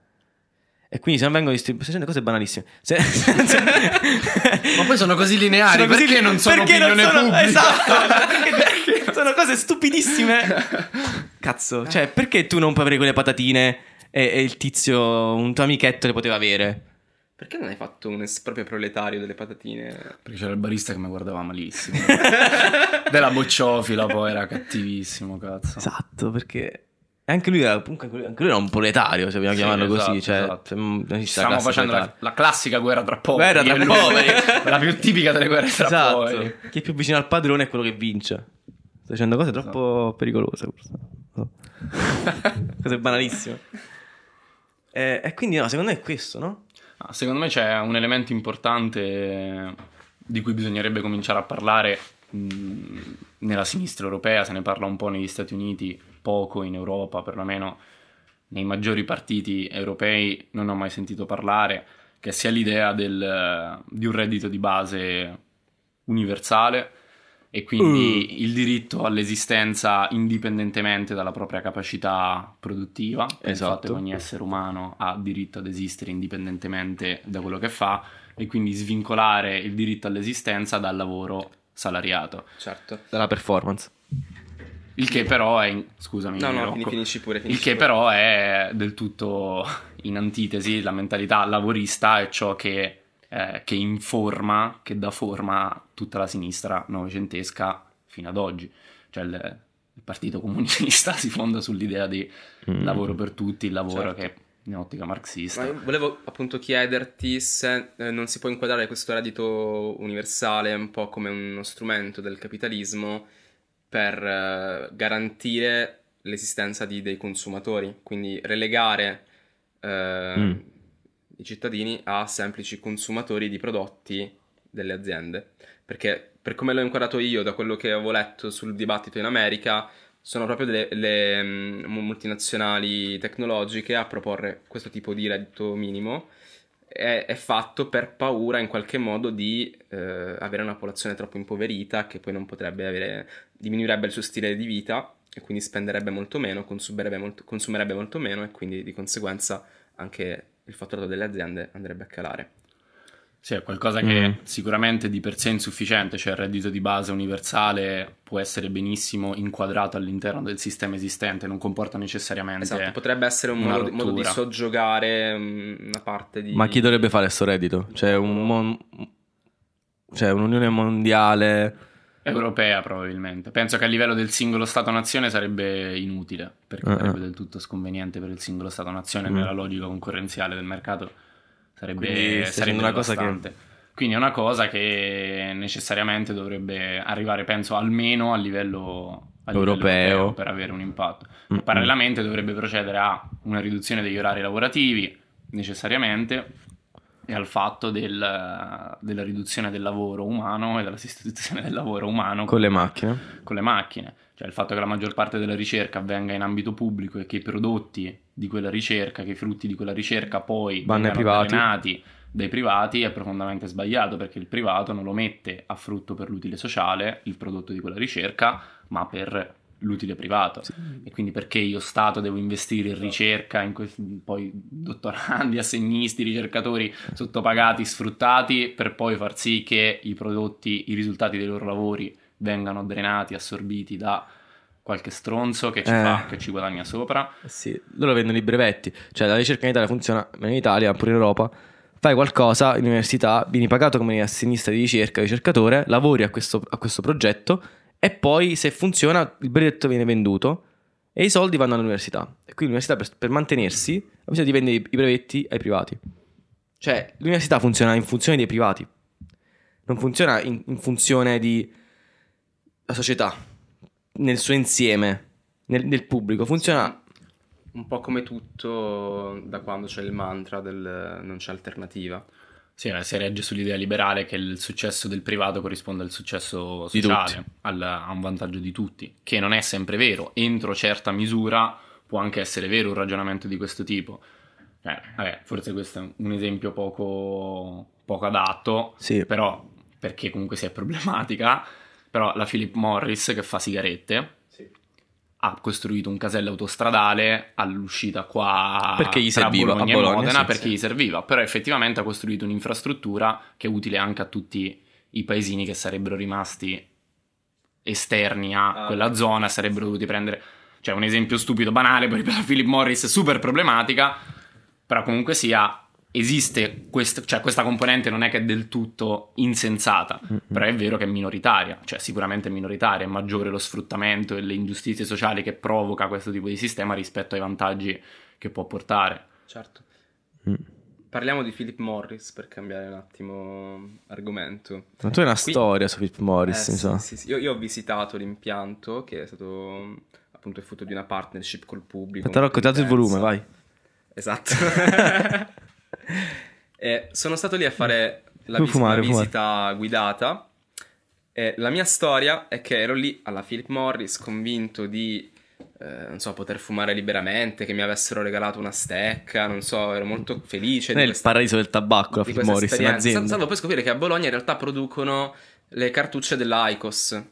E quindi se non vengono distribuite... Sto dicendo cose banalissime. Se-
Ma poi sono così lineari,
sono così-
perché non sono
perché non
opinione
sono-
pubblica?
Esatto, perché sono cose stupidissime. Cazzo, cioè, perché tu non puoi avere quelle patatine e, e il tizio, un tuo amichetto le poteva avere?
Perché non hai fatto un esproprio proletario delle patatine?
Perché c'era il barista che mi guardava malissimo. Della bocciofila poi era cattivissimo, cazzo.
Esatto, perché... e Anche lui, era, comunque anche lui- anche lui era un proletario, se vogliamo
Sì,
chiamarlo
esatto,
così. Cioè,
esatto.
se- non esiste la
Stiamo
classe
facendo la,
proletaria.
la classica guerra tra poveri.
Guerra tra
Io-
poveri.
la più tipica delle guerre tra poveri.
Esatto. Chi è più vicino al padrone è quello che vince. Sto dicendo cose troppo pericolose. forse. No. cose banalissime. Eh, E, e quindi, no, secondo me è questo, no?
Ah, Secondo me c'è un elemento importante eh, di cui bisognerebbe cominciare a parlare mh, nella sinistra europea, se ne parla un po' negli Stati Uniti, poco in Europa, perlomeno nei maggiori partiti europei non ho mai sentito parlare, che sia l'idea del, eh, di un reddito di base universale e quindi il diritto all'esistenza indipendentemente dalla propria capacità produttiva. perché
Esatto.
infatti ogni essere umano ha diritto ad esistere indipendentemente da quello che fa e quindi svincolare il diritto all'esistenza dal lavoro salariato.
Certo.
Dalla performance.
Il che però è... in- Scusami,
No, no,
Rocco.
fini- finisci pure.
Il
Finisci
che
pure.
però è del tutto in antitesi, la mentalità lavorista è ciò che, eh, che informa, che dà forma a tutta la sinistra novecentesca fino ad oggi. Cioè il, il partito comunista si fonda sull'idea di lavoro per tutti, il lavoro
Mm. Certo.
che in ottica marxista.
Ma io volevo appunto chiederti se eh, non si può inquadrare questo reddito universale un po' come uno strumento del capitalismo per eh, garantire l'esistenza di- dei consumatori, quindi relegare eh,
Mm.
i cittadini a semplici consumatori di prodotti delle aziende. Perché per come l'ho inquadrato io, da quello che avevo letto sul dibattito in America, sono proprio delle, le, mm, multinazionali tecnologiche a proporre questo tipo di reddito minimo. È, è fatto per paura in qualche modo di eh, avere una popolazione troppo impoverita che poi non potrebbe avere, diminuirebbe il suo stile di vita e quindi spenderebbe molto meno, consumerebbe molto, consumerebbe molto meno e quindi di conseguenza anche il fatturato delle aziende andrebbe a calare.
Sì, è qualcosa che
Mm.
sicuramente di per sé è insufficiente, cioè il reddito di base universale può essere benissimo inquadrato all'interno del sistema esistente, non comporta necessariamente...
Esatto, potrebbe essere un
una
modo, modo di
rottura.
soggiogare mm, una parte di...
Ma chi dovrebbe fare sto reddito? Cioè, un mon- cioè un'unione mondiale.
Europea probabilmente. Penso che a livello del singolo Stato-nazione sarebbe inutile, perché
Eh, eh.
sarebbe del tutto sconveniente per il singolo Stato-nazione
Mm.
nella logica concorrenziale del mercato.
Quindi
Sarebbe,
stai
sarebbe
dicendo una cosa che-
devastante. Quindi è una cosa che necessariamente dovrebbe arrivare, penso, almeno a livello, a livello
Europeo.
per avere un impatto.
Mm,
Parallelamente dovrebbe procedere a una riduzione degli orari lavorativi, necessariamente, e al fatto del- della riduzione del lavoro umano e della sostituzione del lavoro umano
mm. Con le macchine.
con le macchine. Cioè il fatto che la maggior parte della ricerca avvenga in ambito pubblico e che i prodotti di quella ricerca, che i frutti di quella ricerca poi
Vanno ai
vengano
privati.
drenati dai privati è profondamente sbagliato perché il privato non lo mette a frutto per l'utile sociale il prodotto di quella ricerca, ma per l'utile privato. E quindi perché io Stato devo investire in ricerca, in questi- poi dottorandi, assegnisti, ricercatori sottopagati, sfruttati, per poi far sì che i prodotti, i risultati dei loro lavori vengano drenati, assorbiti da qualche stronzo che ci,
Eh.
fa, che ci guadagna sopra.
Sì, loro vendono i brevetti. Cioè, la ricerca in Italia funziona meno in Italia, pure in Europa. Fai qualcosa in università, vieni pagato come assinista di ricerca, ricercatore, lavori a questo, a questo progetto e poi se funziona il brevetto viene venduto e i soldi vanno all'università. E quindi l'università per, per mantenersi ha bisogno di vendere i i brevetti ai privati. Cioè, l'università funziona in funzione dei privati, non funziona in, in funzione di la società nel suo insieme, nel, nel pubblico. Funziona
Un po' come tutto da quando c'è il mantra del eh, non c'è alternativa.
Sì, eh, si regge sull'idea liberale che il successo del privato corrisponde al successo sociale, al- a un vantaggio di tutti, che non è sempre vero. Entro certa misura può anche essere vero un ragionamento di questo tipo. Eh, vabbè, forse questo è un esempio poco, poco adatto,
Sì,
però perché comunque sia problematica, però la Philip Morris che fa sigarette ha costruito un casello autostradale all'uscita qua
Perché gli
tra
serviva, a
Bologna e
Bologna,
Modena
sì,
perché
sì.
gli serviva, però effettivamente ha costruito un'infrastruttura che è utile anche a tutti i paesini che sarebbero rimasti esterni a
Ah.
quella zona, sarebbero dovuti prendere cioè un esempio stupido, banale, poi per la Philip Morris è super problematica, però comunque sia, esiste quest- cioè questa componente non è che è del tutto insensata,
Mm.
però è vero che è minoritaria, cioè sicuramente è minoritaria, è maggiore lo sfruttamento e le ingiustizie sociali che provoca questo tipo di sistema rispetto ai vantaggi che può portare.
Certo.
Mm.
Parliamo di Philip Morris per cambiare un attimo argomento.
Ma tu hai una
Qui-
storia su Philip Morris,
Eh,
mi
sì,
sa.
sì, sì. Io, io ho visitato l'impianto che è stato mm, appunto il frutto di una partnership col pubblico.
Aspetta, Rocco, ti alzo il volume,
intensa.
vai.
Esatto. E sono stato lì a fare la,
Puoi
vis-
fumare,
la
fumare.
visita guidata. E la mia storia è che ero lì alla Philip Morris convinto di eh, non so, poter fumare liberamente, che mi avessero regalato una stecca, non so, ero molto felice
Nel
di questa,
paradiso del tabacco, la
di
Philip
questa
Morris, è
esperienza. Sal-
un'azienda
Salvo poi scoprire che a Bologna in realtà producono le cartucce dell'Aicos,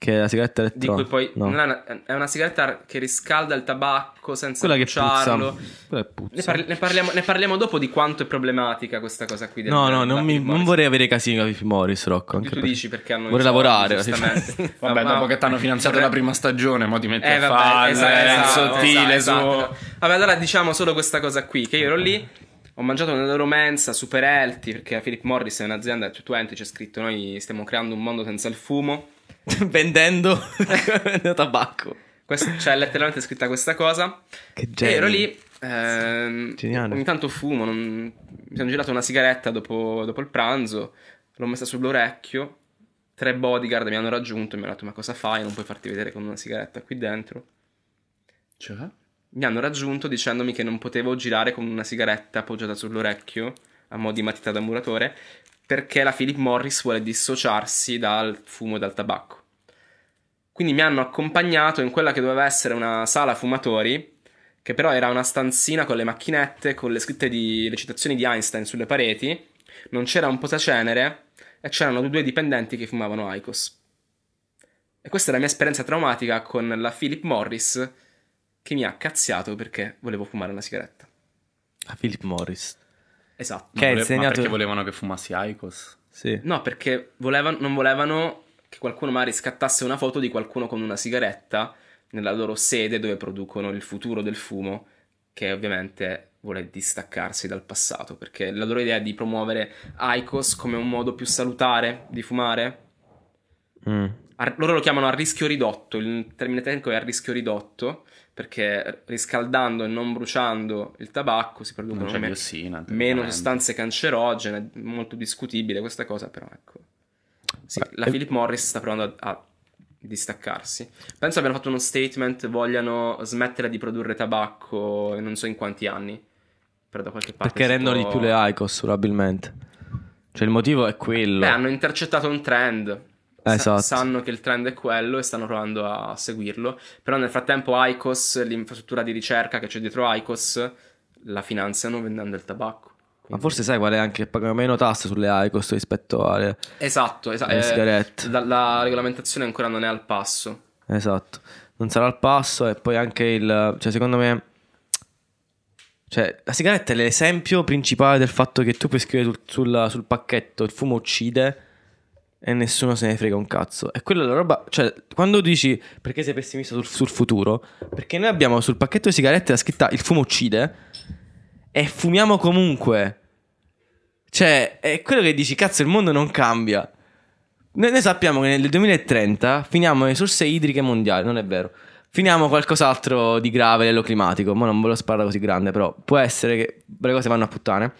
che è la sigaretta
di cui
elettronica.
poi
no.
non è, una, è una sigaretta che riscalda il tabacco senza
Quella che puzza.
bruciarlo.
Quella che puzza.
Ne, parli- ne parliamo, ne parliamo dopo di quanto è problematica questa cosa qui. del-
No, no,
della
non, mi-
Philip
non
Morris.
vorrei avere casino con Philip Morris, Rocco. Anche
Tu
perché-
dici perché hanno
vorrei
i soldi,
lavorare,
giustamente.
Vabbè,
Ma-
dopo che ti hanno finanziato
vorrei-
la prima stagione, mo ti metti
Eh,
a
vabbè,
farlo,
esatto,
eh,
esatto,
sottile
esatto,
su-
esatto. Vabbè, allora diciamo solo questa cosa qui, che io ero lì, ho mangiato una loro mensa super healthy, perché la Philip Morris è un'azienda a 220, c'è scritto noi stiamo creando un mondo senza il fumo.
Vendendo vendendo tabacco.
Questo- c'è letteralmente scritta questa cosa.
Che
E
genio.
ero lì, ehm,
Geniale.
ogni tanto fumo, non- mi sono girato una sigaretta dopo, dopo il pranzo, l'ho messa sull'orecchio, tre bodyguard mi hanno raggiunto e mi hanno detto ma cosa fai, non puoi farti vedere con una sigaretta qui dentro.
Cioè?
Mi hanno raggiunto dicendomi che non potevo girare con una sigaretta appoggiata sull'orecchio, a mo' di matita da muratore, perché la Philip Morris vuole dissociarsi dal fumo e dal tabacco. Quindi mi hanno accompagnato in quella che doveva essere una sala fumatori, che però era una stanzina con le macchinette, con le scritte di le citazioni di Einstein sulle pareti, non c'era un posacenere e c'erano due dipendenti che fumavano Icos. E E questa è la mia esperienza traumatica con la Philip Morris che mi ha cazziato perché volevo fumare una sigaretta.
A Philip Morris.
Esatto.
Ma
Che ha
vole- ma
insegnato-
perché volevano che fumassi Icos?
Sì.
No, perché volevano- non volevano che qualcuno magari scattasse una foto di qualcuno con una sigaretta nella loro sede dove producono il futuro del fumo, che ovviamente vuole distaccarsi dal passato, perché la loro idea è di promuovere ICOS come un modo più salutare di fumare. Mm. A- loro lo chiamano a rischio ridotto, il termine tecnico è a rischio ridotto, perché riscaldando e non bruciando il tabacco si
Non
producono
c'è
me-
diossina.
meno
tecnicamente.
sostanze cancerogene, molto discutibile questa cosa, però ecco. Sì,
Beh,
la
eh.
Philip Morris sta provando a, a distaccarsi. Penso abbiano fatto uno statement, vogliono smettere di produrre tabacco e non so in quanti anni. Però da qualche parte
Perché
si
rendono di
può-
più le Icos, probabilmente. Cioè, il motivo è quello.
Beh, hanno intercettato un trend. Sa-
Esatto.
sanno che il trend è quello e stanno provando a seguirlo. Però nel frattempo ICOS, l'infrastruttura di ricerca che c'è dietro ICOS, la finanziano vendendo il tabacco.
Ma
Quindi-
forse sai qual è anche che pagano meno tasse sulle Icos rispetto alle,
Esatto, esatto.
alle sigarette.
La, la regolamentazione ancora non è al passo.
Esatto. Non sarà al passo e poi anche il... Cioè, secondo me... Cioè, la sigaretta è l'esempio principale del fatto che tu puoi scrivere sul, sulla- sul pacchetto il fumo uccide e nessuno se ne frega un cazzo. E quella è la roba... Cioè, quando dici perché sei pessimista sul, sul futuro, perché noi abbiamo sul pacchetto di sigarette la scritta il fumo uccide e fumiamo comunque. Cioè, è quello che dici, cazzo, il mondo non cambia. Noi, noi sappiamo che nel 2030 finiamo le risorse idriche mondiali, non è vero. Finiamo qualcos'altro di grave a livello climatico. Ma non ve lo sparo così grande, però può essere che le cose vanno a puttane.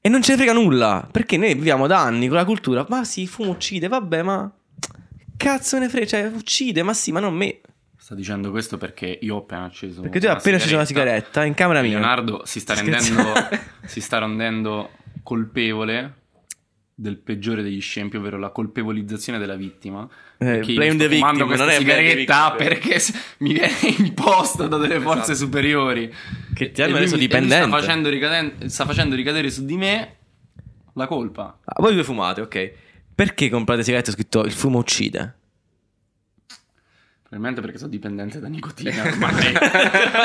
E non ce ne frega nulla, perché noi viviamo da anni con la cultura. Ma sì, il fumo uccide, vabbè, ma... Cazzo ne frega, cioè uccide, ma sì, ma non me.
Sta dicendo questo perché io ho appena acceso.
Perché tu hai appena acceso una sigaretta in camera mia.
Leonardo si sta, rendendo,
Scherzando.
si sta rendendo colpevole del peggiore degli scempi, ovvero la colpevolizzazione della vittima.
Eh,
Perché io
blame
sto
the
fumando
victim,
questa
non è blame the
sigaretta
victim.
perché s- mi viene imposta da delle
Esatto.
forze superiori.
Che ti
E
hanno
lui
reso
mi- e lui
dipendente.
Sta facendo, ricaden- sta facendo ricadere su di me la colpa.
Ah, voi due fumate, ok. Perché comprate sigarette scritto il fumo uccide?
Probabilmente perché sono dipendente da nicotina. ormai.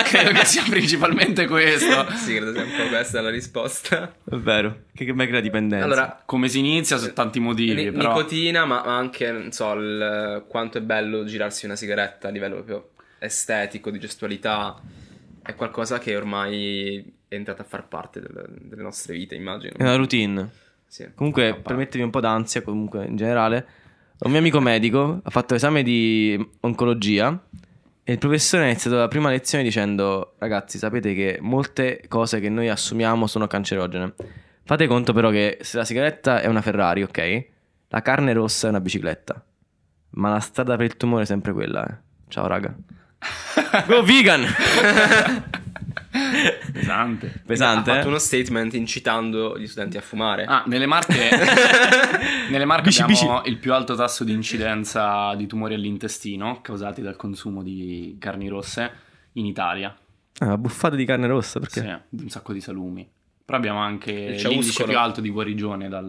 credo che sia principalmente questo.
Sì, credo sia un po' questa la risposta.
È vero. Che, che mega dipendenza.
Allora,
Come si inizia su tanti motivi,
ni-
però.
nicotina, ma ma anche, non so, il- quanto è bello girarsi una sigaretta a livello proprio estetico, di gestualità. È qualcosa che ormai è entrata a far parte del- delle nostre vite, immagino.
È una routine.
Sì.
Comunque,
Papà.
per mettervi un po' d'ansia, comunque, in generale, un mio amico medico ha fatto esame di oncologia e il professore ha iniziato la prima lezione dicendo, ragazzi, sapete che molte cose che noi assumiamo sono cancerogene. Fate conto però che se la sigaretta è una Ferrari, ok? La carne rossa è una bicicletta. Ma la strada per il tumore è sempre quella, eh. Ciao, raga. Go vegan!
Pesante.
Pesante,
Ha
eh?
fatto uno statement incitando gli studenti a fumare.
Ah, nelle Marche, nelle Marche
Bici,
abbiamo il più alto tasso di incidenza di tumori all'intestino causati dal consumo di carni rosse in Italia.
Ah, una buffata di carne rossa, perché?
Sì, di un sacco di salumi. Però abbiamo anche
Il
l'indice
ciauscolo.
più alto di guarigione dal,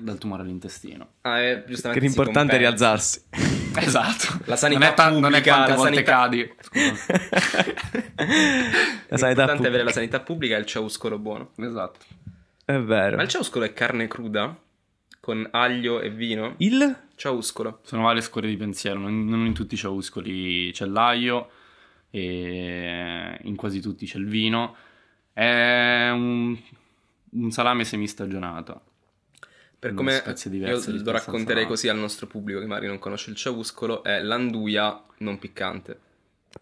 dal tumore all'intestino.
Ah, eh, giustamente
Che
si
l'importante è
compensa.
rialzarsi.
Esatto.
La sanità
non è, ta- non è
pubblica,
quante
la
volte
sanità-
cadi. Scusa.
la sanità
L'importante è avere
pubblica.
la sanità pubblica e il ciauscolo buono.
Esatto.
È
Ma
vero.
il ciauscolo è carne cruda? Con aglio e vino?
Il?
Ciauscolo.
Sono varie scuole di pensiero, non, non in tutti c'è uscoli, c'è l'aglio, e in quasi tutti c'è il vino. È un, un salame semistagionato.
Per
Mm,
come
spezie diverse
io
rispetto
lo
al
racconterei
salame.
così al nostro pubblico che magari non conosce il ciauscolo, è l'anduia non piccante.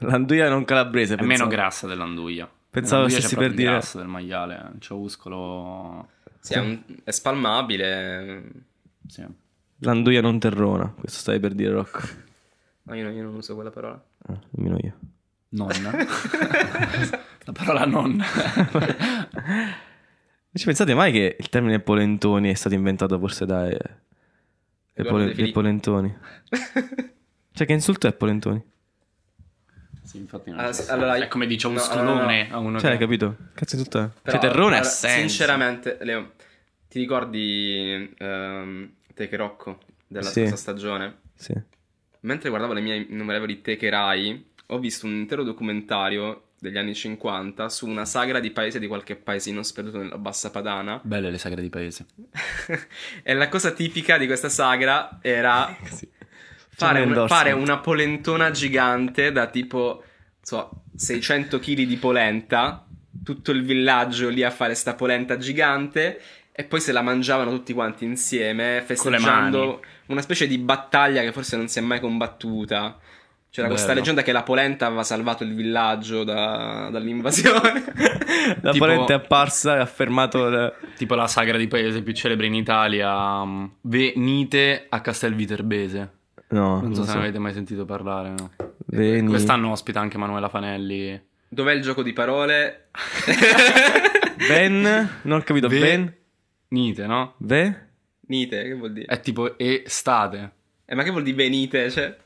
L'anduia non calabrese.
È meno grassa dell'anduia.
Pensavo
Nell'anduia
stessi
c'è
per
proprio il
dire.
grasso del maiale, c'è uscolo...
Sì, È, un- è spalmabile.
Sì.
L'anduia non terrona. Questo stai per dire, Rocco.
Ma io, non- io non uso quella parola.
Ah, nemmeno io.
Nonna. La parola nonna.
Ci pensate mai che il termine polentoni è stato inventato forse dai. eh, dai
Edoardo
polen-
De
dai
Filippi.
polentoni. Cioè, che insulto è polentoni?
Sì, infatti non
Ah,
c'è
sì,
senso.
allora-
è come dice
no,
uscolone a uno
Cioè, hai
che...
capito? Cazzo, è tutto.
Però,
cioè, terrone ha
allora,
senso.
Sinceramente, Leo, ti ricordi ehm, Te che Rocco della
Sì.
scorsa stagione?
Sì.
mentre guardavo le mie innumerevoli teche Rai, ho visto un intero documentario degli anni 50 su una sagra di paese di qualche paesino sperduto nella bassa padana.
Belle le sagre di paese.
e la cosa tipica di questa sagra era
Cioè,
Sì. Cioè,
fare,
C'è un
un- fare
endorsement.
una polentona gigante da tipo non so, 600 kg di polenta, tutto il villaggio lì a fare sta polenta gigante e poi se la mangiavano tutti quanti insieme
Con le mani.
festeggiando una specie di battaglia che forse non si è mai combattuta. C'era questa
Bello.
leggenda che la polenta aveva salvato il villaggio da- dall'invasione.
La
Tipo-
parente è apparsa e ha fermato. le-
Tipo la sagra di paese più celebre in Italia, mm, venite a Castel Viterbese.
No,
Non so se ne avete mai sentito parlare, no?
Veni.
Quest'anno ospita anche Manuela Fanelli.
Dov'è il gioco di parole?
Ben, non ho capito.
Ve-
Ben,
Nite, no?
ve,
Nite, che vuol dire?
È tipo estate.
Eh, ma che vuol dire venite? Cioè...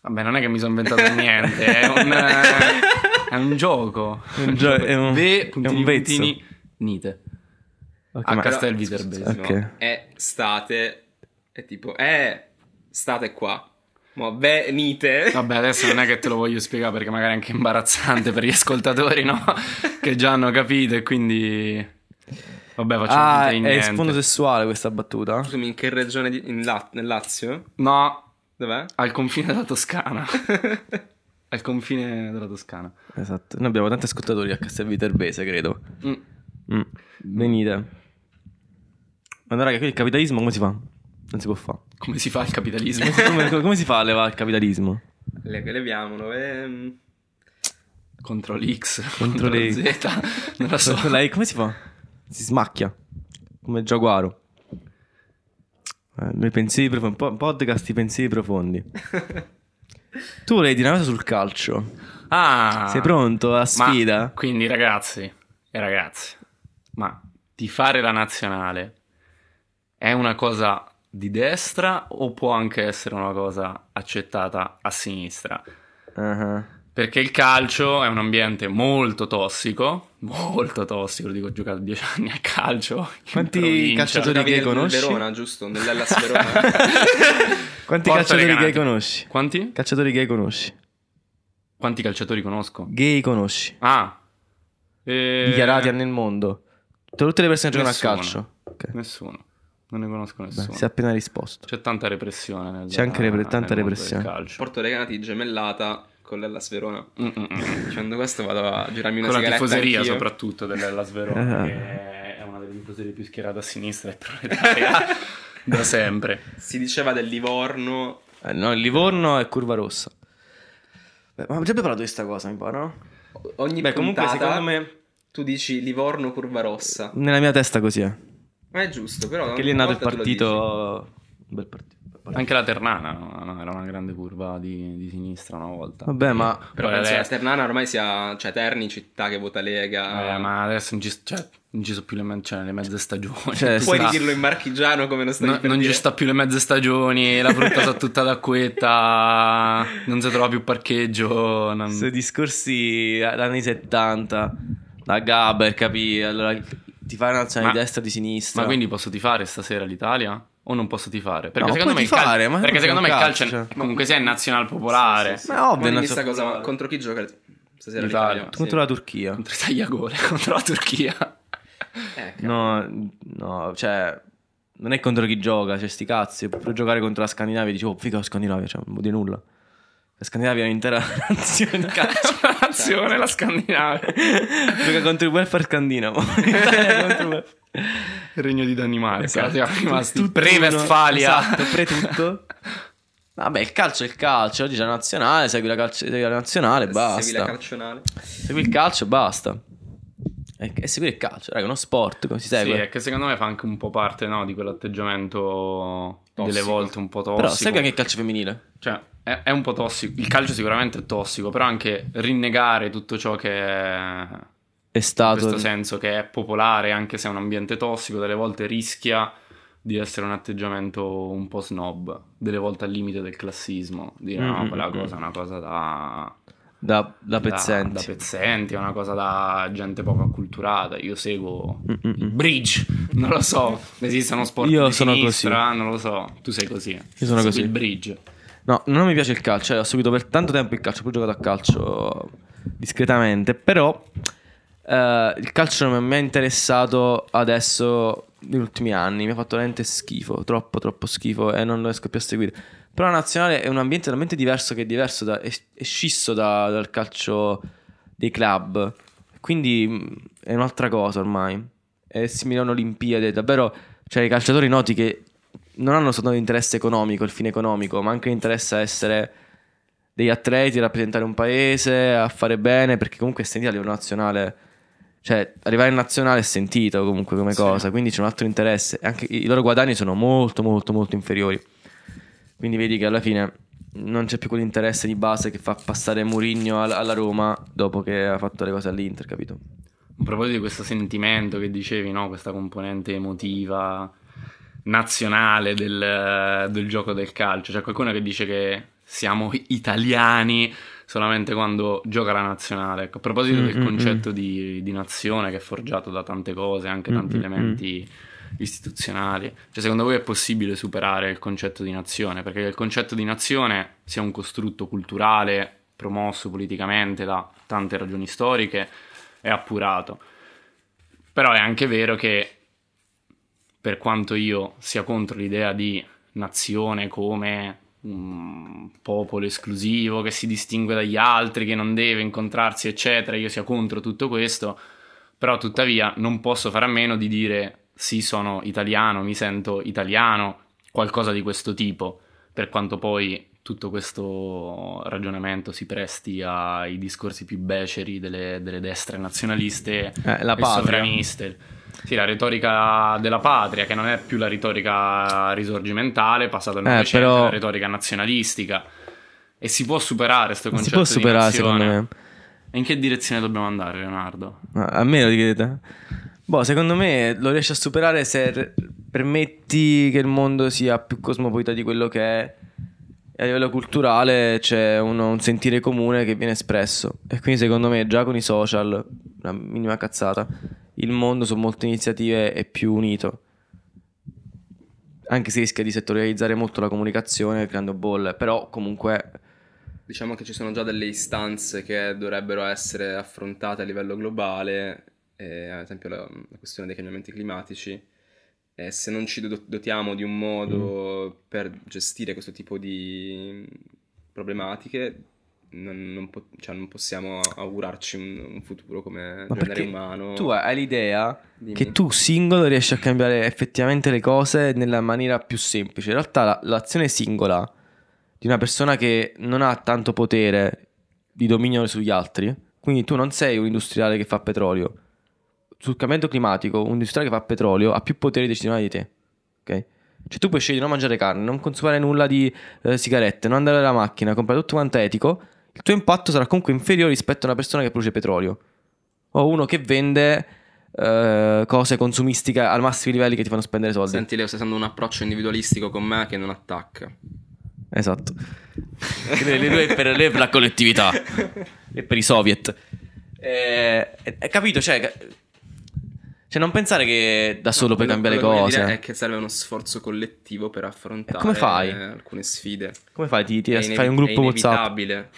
Vabbè, non è che mi sono inventato niente, è un, eh, è un gioco.
È un gio- è un- è
Ve,
un
puntini,
vezzo.
puntini, nite.
Ok,
a
ma-
Castel
Però-
Viterbese.
scusa, scusa, no.
Ok.
È state. È tipo. Eh, state qua. Ma venite.
Vabbè, adesso non è che te lo voglio spiegare perché magari è anche imbarazzante per gli ascoltatori, no? Che già hanno capito e quindi... Vabbè, facciamo
Ah,
finta di
è
niente.
sfondo sessuale questa battuta.
Scusami, in che regione? Di... In La- nel Lazio?
No,
Dov'è?
al confine della Toscana. al confine della Toscana.
Esatto. Noi abbiamo tanti ascoltatori a Castel Viterbese, credo.
Mm.
Mm. Venite. Ma no, raga, qui il capitalismo come si fa? Non si può fare.
Come si fa il capitalismo?
Come, come- come si fa a levare il capitalismo?
Le- leviamolo. ehm.
contro l'X,
Contro
contro,
le-
la Z, non lo so.
Quella lì, come si fa? Si smacchia. Come il giaguaro. Eh, i pensieri profondi. po- Podcast i pensieri profondi. Tu volevi dire una cosa sul calcio.
Ah,
Sei pronto alla
ma-
sfida?
quindi ragazzi e ragazzi, ma di fare la nazionale è una cosa di destra o può anche essere una cosa accettata a sinistra?
Ah,
Perché il calcio è un ambiente molto tossico, molto tossico, lo dico, ho giocato dieci anni a calcio. in
Quanti
provincia.
calciatori-
Giocavi
che
nel- nel
conosci?
Verona, giusto? Nell'Ellas Verona.
Quanti
Porto
calciatori gay
Recanati.
conosci?
Quanti?
Calciatori gay conosci?
Quanti calciatori conosco?
Gay conosci?
Ah. Eh,
Dichiarati nel mondo. Tutte le persone che giocano a
nessuno.
calcio. Ok.
Nessuno. Non ne conosco
Beh,
nessuno.
si è appena risposto.
C'è tanta repressione nel,
C'è anche repre- tanta
nel mondo
repressione.
del calcio.
Porto Recanati gemellata con l'Ellas Verona.
Mm, mm, mm.
Dicendo questo vado a girarmi Ah, una
Con la
sigaretta
tifoseria
anch'io.
soprattutto della
Ah.
Sverona, che è una delle tifoserie più schierate a sinistra e proletaria da sempre.
Si diceva del Livorno.
Eh, no, il Livorno è curva rossa. Beh, ma abbiamo già parlato di questa cosa, mi pare, no?
O- Ogni
Beh, comunque,
puntata
secondo me,
tu dici Livorno curva rossa.
nella mia testa così è.
Ma è giusto, però.
Perché lì è nato il
ogni volta tu lo dici.
partito. Un bel partito. bel partito.
Anche la Ternana no? Ah, No, era una grande curva di, di sinistra una volta.
Vabbè, ma.
Però
Poi
penso che la
adesso-
Ternana ormai sia. Cioè, Terni, città che vota Lega.
eh, ma adesso non ci, cioè, non ci sono più le, me- cioè, le mezze stagioni.
Cioè,
Puoi
sta-
dirlo in marchigiano come lo stai
No,
per
non
dire.
ci sta più le mezze stagioni, la frutta sa tutta d'acquetta, non si trova più parcheggio. non-
Questi discorsi dagli anni 70. Da Gaber, capì? Allora ti fai una nazionale di
Ma-
destra o di sinistra.
Ma quindi posso tifare stasera l'Italia? O non posso tifare? Perché
No,
secondo
puoi
me il cal-
tifare, ma
perché
non
secondo me
c'è
il
un
calcio,
calcio,
è- comunque sia è nazionale popolare.
Sì, sì, sì.
Ma è ovvio,
Poi
non
dimmi
so-
sta cosa, contro chi gioca stasera
L'Italia.
l'Italia?
Contro la Turchia.
Contro i tagliagole, contro la Turchia.
Sì. Eh, cavolo.
No, no, cioè, non è contro chi gioca, cioè, sti cazzi. Puoi giocare contro la Scandinavia e dici, oh, figa la Scandinavia, cioè, non vuol dire nulla. La Scandinavia è un'intera nazione di calcio.
La nazione, la Scandinavia.
Gioca contro il welfare scandinavo. L'Italia contro il welfare.
Il regno di Danimarca.
Esatto.
Siamo rimasti
Tutto
pre-Vestfalia.
uno, Esatto, pre-tutto. Vabbè, il calcio è il calcio. Oggi c'è la nazionale, segui la, calcio- segui la nazionale e
Segui la
basta.
calcionale.
Segui il calcio e basta. E, e seguire il calcio, raga, è uno sport, come si
Sì,
segue?
è che secondo me fa anche un po' parte no, di quell'atteggiamento delle
Tossico.
volte un po' tossico.
Però segui anche il calcio femminile.
Cioè, è, è un po' tossico. Il calcio sicuramente è tossico, però anche rinnegare tutto ciò che è,
È
in
stato
questo senso che è popolare, anche se è un ambiente tossico, delle volte rischia di essere un atteggiamento un po' snob, delle volte al limite del classismo, dire
Mm,
no, quella
mm,
cosa è una cosa da,
da, da
da-
pezzenti.
da pezzenti, è una cosa da gente poco acculturata. Io seguo
Mm, mm,
il
mm.
bridge, non lo so, esistono sport
Io
di
sono
sinistra, non lo so, tu sei così.
Io sono
Segui
così.
il bridge.
No, non mi piace il calcio, eh, ho seguito per tanto tempo il calcio, poi ho giocato a calcio discretamente, però eh, il calcio non mi ha interessato adesso negli ultimi anni, mi ha fatto veramente schifo, troppo troppo schifo e non riesco più a seguire. Però la nazionale è un ambiente talmente diverso che è diverso, da- è, è scisso da- dal calcio dei club, quindi mh, è un'altra cosa ormai, è simile a un'Olimpiade, davvero, cioè i calciatori noti che non hanno solo l'interesse economico, il fine economico, ma anche l'interesse a essere degli atleti, a rappresentare un paese, a fare bene, perché comunque è sentito a livello nazionale. Cioè, arrivare in nazionale è sentito comunque come
Sì.
cosa, quindi c'è un altro interesse. Anche i i loro guadagni sono molto, molto, molto inferiori. Quindi vedi che alla fine non c'è più quell'interesse di base che fa passare Mourinho al- alla Roma dopo che ha fatto le cose all'Inter, capito?
A proposito di questo sentimento che dicevi, no? questa componente emotiva nazionale del, del gioco del calcio, c'è qualcuno che dice che siamo italiani solamente quando gioca la nazionale. Ecco, a proposito del
Mm, mm,
concetto di, di nazione che è forgiato da tante cose, anche
Mm,
tanti
mm,
elementi istituzionali, cioè secondo voi è possibile superare il concetto di nazione? Perché il concetto di nazione sia un costrutto culturale promosso politicamente da tante ragioni storiche è appurato. Però è anche vero che per quanto io sia contro l'idea di nazione come un popolo esclusivo che si distingue dagli altri, che non deve incontrarsi, eccetera, io sia contro tutto questo, però tuttavia non posso fare a meno di dire sì, sono italiano, mi sento italiano, qualcosa di questo tipo, per quanto poi tutto questo ragionamento si presti ai discorsi più beceri delle, delle destre nazionaliste
Eh, la
e
patria.
sovraniste. Sì, la retorica della patria, che non è più la retorica risorgimentale, passata al
Eh,
Novecento,
però-
è la retorica nazionalistica. E si può superare questo
Non si
concetto
può
di
superare,
nazione.
secondo me.
E in che direzione dobbiamo andare, Leonardo?
Ma A me lo chiedete? Boh, secondo me lo riesci a superare se r- permetti che il mondo sia più cosmopolita di quello che è. E a livello culturale c'è uno- un sentire comune che viene espresso. E quindi secondo me già con i social, una minima cazzata, il mondo su molte iniziative è più unito. Anche se rischia di settorializzare molto la comunicazione creando bolle, però comunque
Diciamo che ci sono già delle istanze che dovrebbero essere affrontate a livello globale, eh, ad esempio la, la questione dei cambiamenti climatici. E se non ci do- dotiamo di un modo
Mm.
per gestire questo tipo di problematiche, non, non po- cioè, non possiamo augurarci un, un futuro come
Ma
genere
perché
umano.
tu hai l'idea
Dimmi.
che tu singolo riesci a cambiare effettivamente le cose nella maniera più semplice. In realtà la- l'azione singola di una persona che non ha tanto potere di dominio sugli altri, quindi tu non sei un industriale che fa petrolio. Sul cambiamento climatico, un industriale che fa petrolio ha più potere decisionale di te. Ok? Cioè tu puoi scegliere di non mangiare carne, non consumare nulla di eh, sigarette, non andare alla macchina, comprare tutto quanto etico, il tuo impatto sarà comunque inferiore rispetto a una persona che produce petrolio. O uno che vende eh, cose consumistiche al massimo livelli che ti fanno spendere soldi.
Senti Leo, stai usando un approccio individualistico con me che non attacca.
Esatto. Le- le- lui è per- lei è per la collettività. e per i soviet. Eh, eh, capito? Cioè, ca- cioè, non pensare che da solo puoi
Quello-
cambiare
quello che voglio
cose.
dire è che serve uno sforzo collettivo per affrontare
come fai?
eh, alcune sfide.
Come fai? Ti, ti-
È
fai
inevi-
un gruppo
è
WhatsApp.
inevitabile.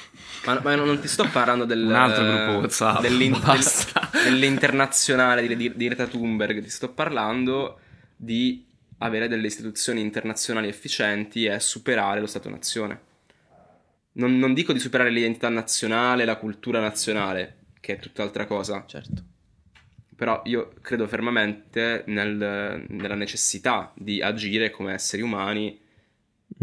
Ma, ma non non ti sto parlando del,
Un altro gruppo WhatsApp.
dell'in- del-
Basta.
dell'internazionale di, di, di Greta Thunberg, ti sto parlando di avere delle istituzioni internazionali efficienti e superare lo Stato-nazione. Non, non dico di superare l'identità nazionale, la cultura nazionale, che è tutt'altra cosa,
Certo.
però io credo fermamente nel- nella necessità di agire come esseri umani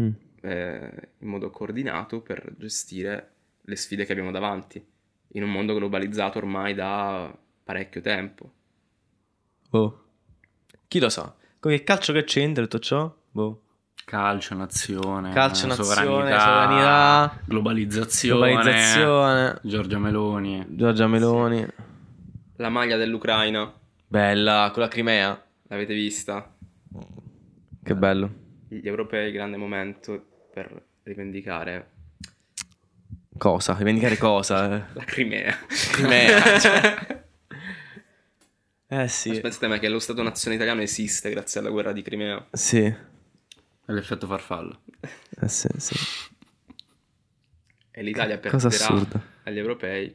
Mm.
eh, in modo coordinato per gestire le sfide che abbiamo davanti in un mondo globalizzato ormai da parecchio tempo.
Boh. Chi lo sa? Con che calcio che c'entra tutto ciò? Boh.
Calcio,
Ah,
nazione,
Calcio, nazione,
sovranità,
sovranità,
globalizzazione,
globalizzazione,
Giorgia Meloni.
Giorgia Meloni.
La maglia dell'Ucraina,
Bella, quella Crimea.
l'avete vista?
Che bello.
Gli europei, grande momento per rivendicare
Cosa? Rivendicare cosa? eh?
la Crimea.
Crimea, certo. Eh sì.
Pensate me che lo Stato-nazione italiano esiste grazie alla guerra di Crimea.
Sì.
È l'effetto farfalla.
Eh sì, sì.
e l'Italia
Cosa
perderà
assurda.
agli europei.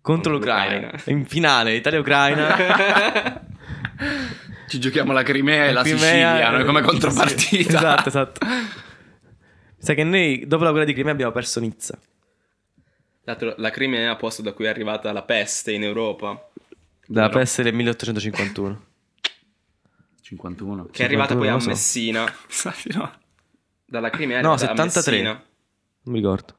Contro
Contro
l'Ucraina.
l'Ucraina.
In finale, Italia-Ucraina.
Ci giochiamo la Crimea e la
Crimea-
Sicilia noi come
Sì,
contropartita.
Esatto, esatto. Sai che noi dopo la guerra di Crimea abbiamo perso Nizza.
L'altro- la Crimea, posto da cui è arrivata la peste in Europa,
Dalla
Vero.
peste del 1851.
51.
che è arrivata poi a
lo so.
Messina,
Sì, no.
dalla Crimea è
No,
arrivata a
73.
Messina,
Non mi ricordo.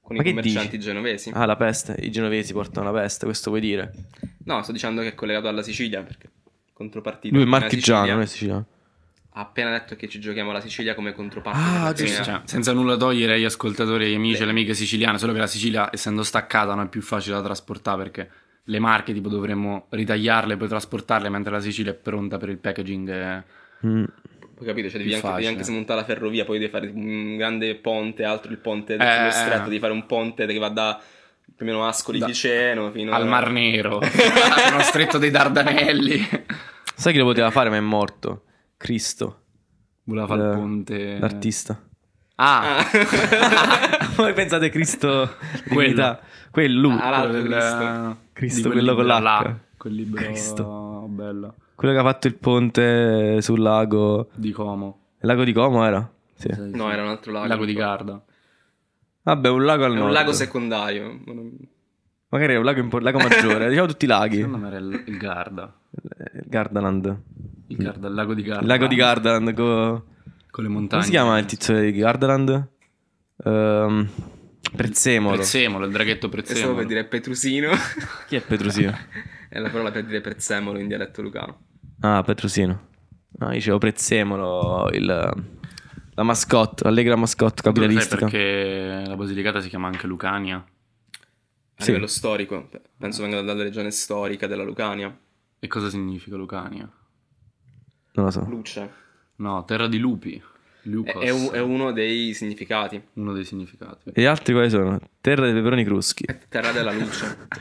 con
Ma
i
che
commercianti
dici?
genovesi.
Ah, la peste. I genovesi portano la peste, questo vuoi dire?
No, sto dicendo che è collegato alla Sicilia perché contropartita.
Lui è
Appena
marchigiano, eh.
Sicilia-
non è siciliano.
Ha appena detto che ci giochiamo la Sicilia come controparte.
Ah,
della
giusto,
Crimea.
Cioè, senza nulla togliere agli ascoltatori, agli amici e alle amiche siciliane, solo che la Sicilia, essendo staccata, non è più facile da trasportare perché le marche tipo dovremmo ritagliarle e poi trasportarle, mentre la Sicilia è pronta per il packaging. eh.
Mm.
Poi capito, cioè
Più
devi anche, devi
facile.
anche smontare la ferrovia, poi devi fare un grande ponte, altro il ponte
Eh,
dello
eh,
stretto,
eh.
devi fare un ponte che va da più o meno Ascoli
Da-
Piceno fino
Al Mar Nero, uno stretto dei Dardanelli.
Sai chi lo poteva fare, ma è morto? Cristo,
Voleva fare il
Eh,
ponte.
l'artista.
Ah,
Ah.
Voi pensate Cristo
Quello.
divinità? Quello, lui,
Ah, l'altro
quello del- eh,
Cristo,
di quel
quello con
libro
l'H.
là, Quel libro
Cristo.
bello
quello che ha fatto il ponte sul lago.
di Como.
Il lago di Como era? Sì.
Sai,
No,
sì.
era un altro lago.
Il lago di Garda.
Vabbè, un lago al
È
nord.
un lago secondario. ma non-
Magari è un lago, impo- lago maggiore. diciamo tutti i laghi.
Secondo me era il il Garda.
Eh, Gardaland.
Il, Garda, il lago di Garda.
Il lago di Gardaland. co-
Con le montagne.
Come si chiama il tizio di Gardaland? Ehm, Prezzemolo.
Prezzemolo, il draghetto
È solo
Prezzemolo.
per dire Petrusino.
Chi è Petrusino?
è la parola per dire prezzemolo in dialetto lucano.
Ah, Petrusino. Ah, io dicevo Prezzemolo, il- la mascotte, l'allegra mascotte
Tu lo sai
capitalistica.
perché la Basilicata si chiama anche Lucania
A
Sì.
livello storico, penso venga dalla regione storica della Lucania.
e cosa significa Lucania?
Non lo so.
Luce.
No, terra di lupi.
È,
Lucas,
è un- è uno dei significati.
uno dei significati.
E gli altri quali sono? Terra dei peperoni cruschi,
È terra della luce. appunto,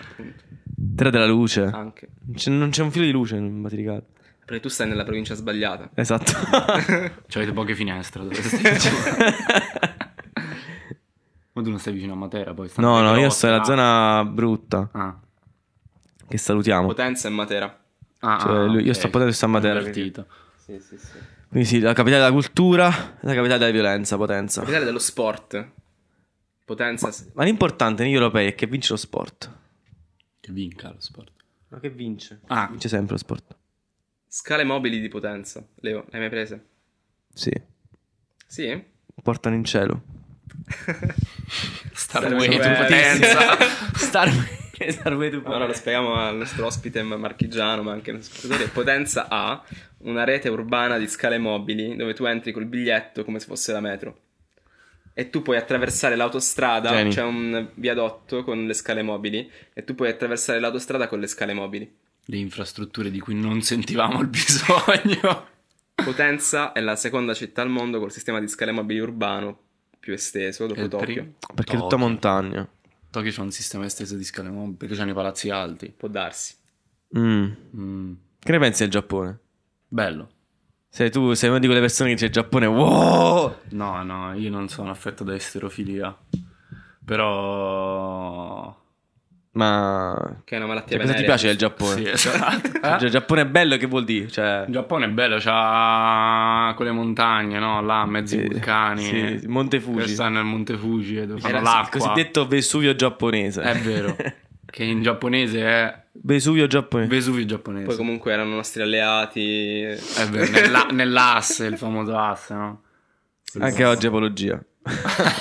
Terra della luce.
Anche.
Non c'è- non c'è un filo di luce in Basilicata.
Perché tu stai nella provincia sbagliata.
Esatto.
Cioè, avete poche finestre. dovreste- Ma tu non stai vicino a Matera, poi stai
no,
nelle
no, io
grotte,
sto nella
là.
zona brutta,
Ah.
che salutiamo.
Potenza e Matera.
Ah,
Cioè,
ah,
lui- io
ok.
sto parlando di San Matera,
Invertito.
Sì, sì, sì.
Quindi sì, la capitale della cultura, la capitale della violenza, potenza.
Capitale dello sport. Potenza. s-
Ma l'importante negli europei è che vince lo sport.
Che vinca lo sport.
Ma che vince?
Ah,
Vince sempre lo sport.
Scale mobili di potenza. Leo, le hai mai prese?
Sì,
Sì?
portano in cielo.
Star
Sarebbe
Way to
bello.
potenza.
Star Starway tu
Ora lo spieghiamo al nostro ospite marchigiano, ma anche al nostro ascoltatore. Potenza ha una rete urbana di scale mobili dove tu entri col biglietto come se fosse la metro. E tu puoi attraversare l'autostrada,
Geni.
c'è un viadotto con le scale mobili, e tu puoi attraversare l'autostrada con le scale mobili.
Le infrastrutture di cui non sentivamo il bisogno.
Potenza è la seconda città al mondo col sistema di scale mobili urbano più esteso
È
dopo
il
Tokyo.
primo-
Perché è tutta
Tokyo.
montagna.
Tokyo c'è un sistema esteso di scale mobili perché c'hanno i palazzi alti.
Può darsi.
Mm.
Mm,
Che ne pensi del Giappone?
Bello.
Sei tu, sei una di quelle persone che dice Giappone, wow!
No, no, io non sono affetto da esterofilia. Però...
Ma...
Che è una malattia
Cioè, cosa ti
venerea,
piace del
giusto?
Giappone?
Sì, esatto.
Cioè,
Eh?
il Giappone è bello, che vuol dire? Cioè...
Il Giappone è bello, c'ha quelle montagne, no? Là, mezzi
Sì,
vulcani.
sì, il Monte Fuji.
Che stanno al Monte Fuji e dove
Era
fanno
il
l'acqua.
cosiddetto Vesuvio giapponese.
È vero. che in giapponese è
Vesuvio giapponese.
Vesuvio giapponese.
Poi comunque erano nostri alleati.
È vero, nella- nell'asse, il famoso asse, no?
Anche oggi apologia.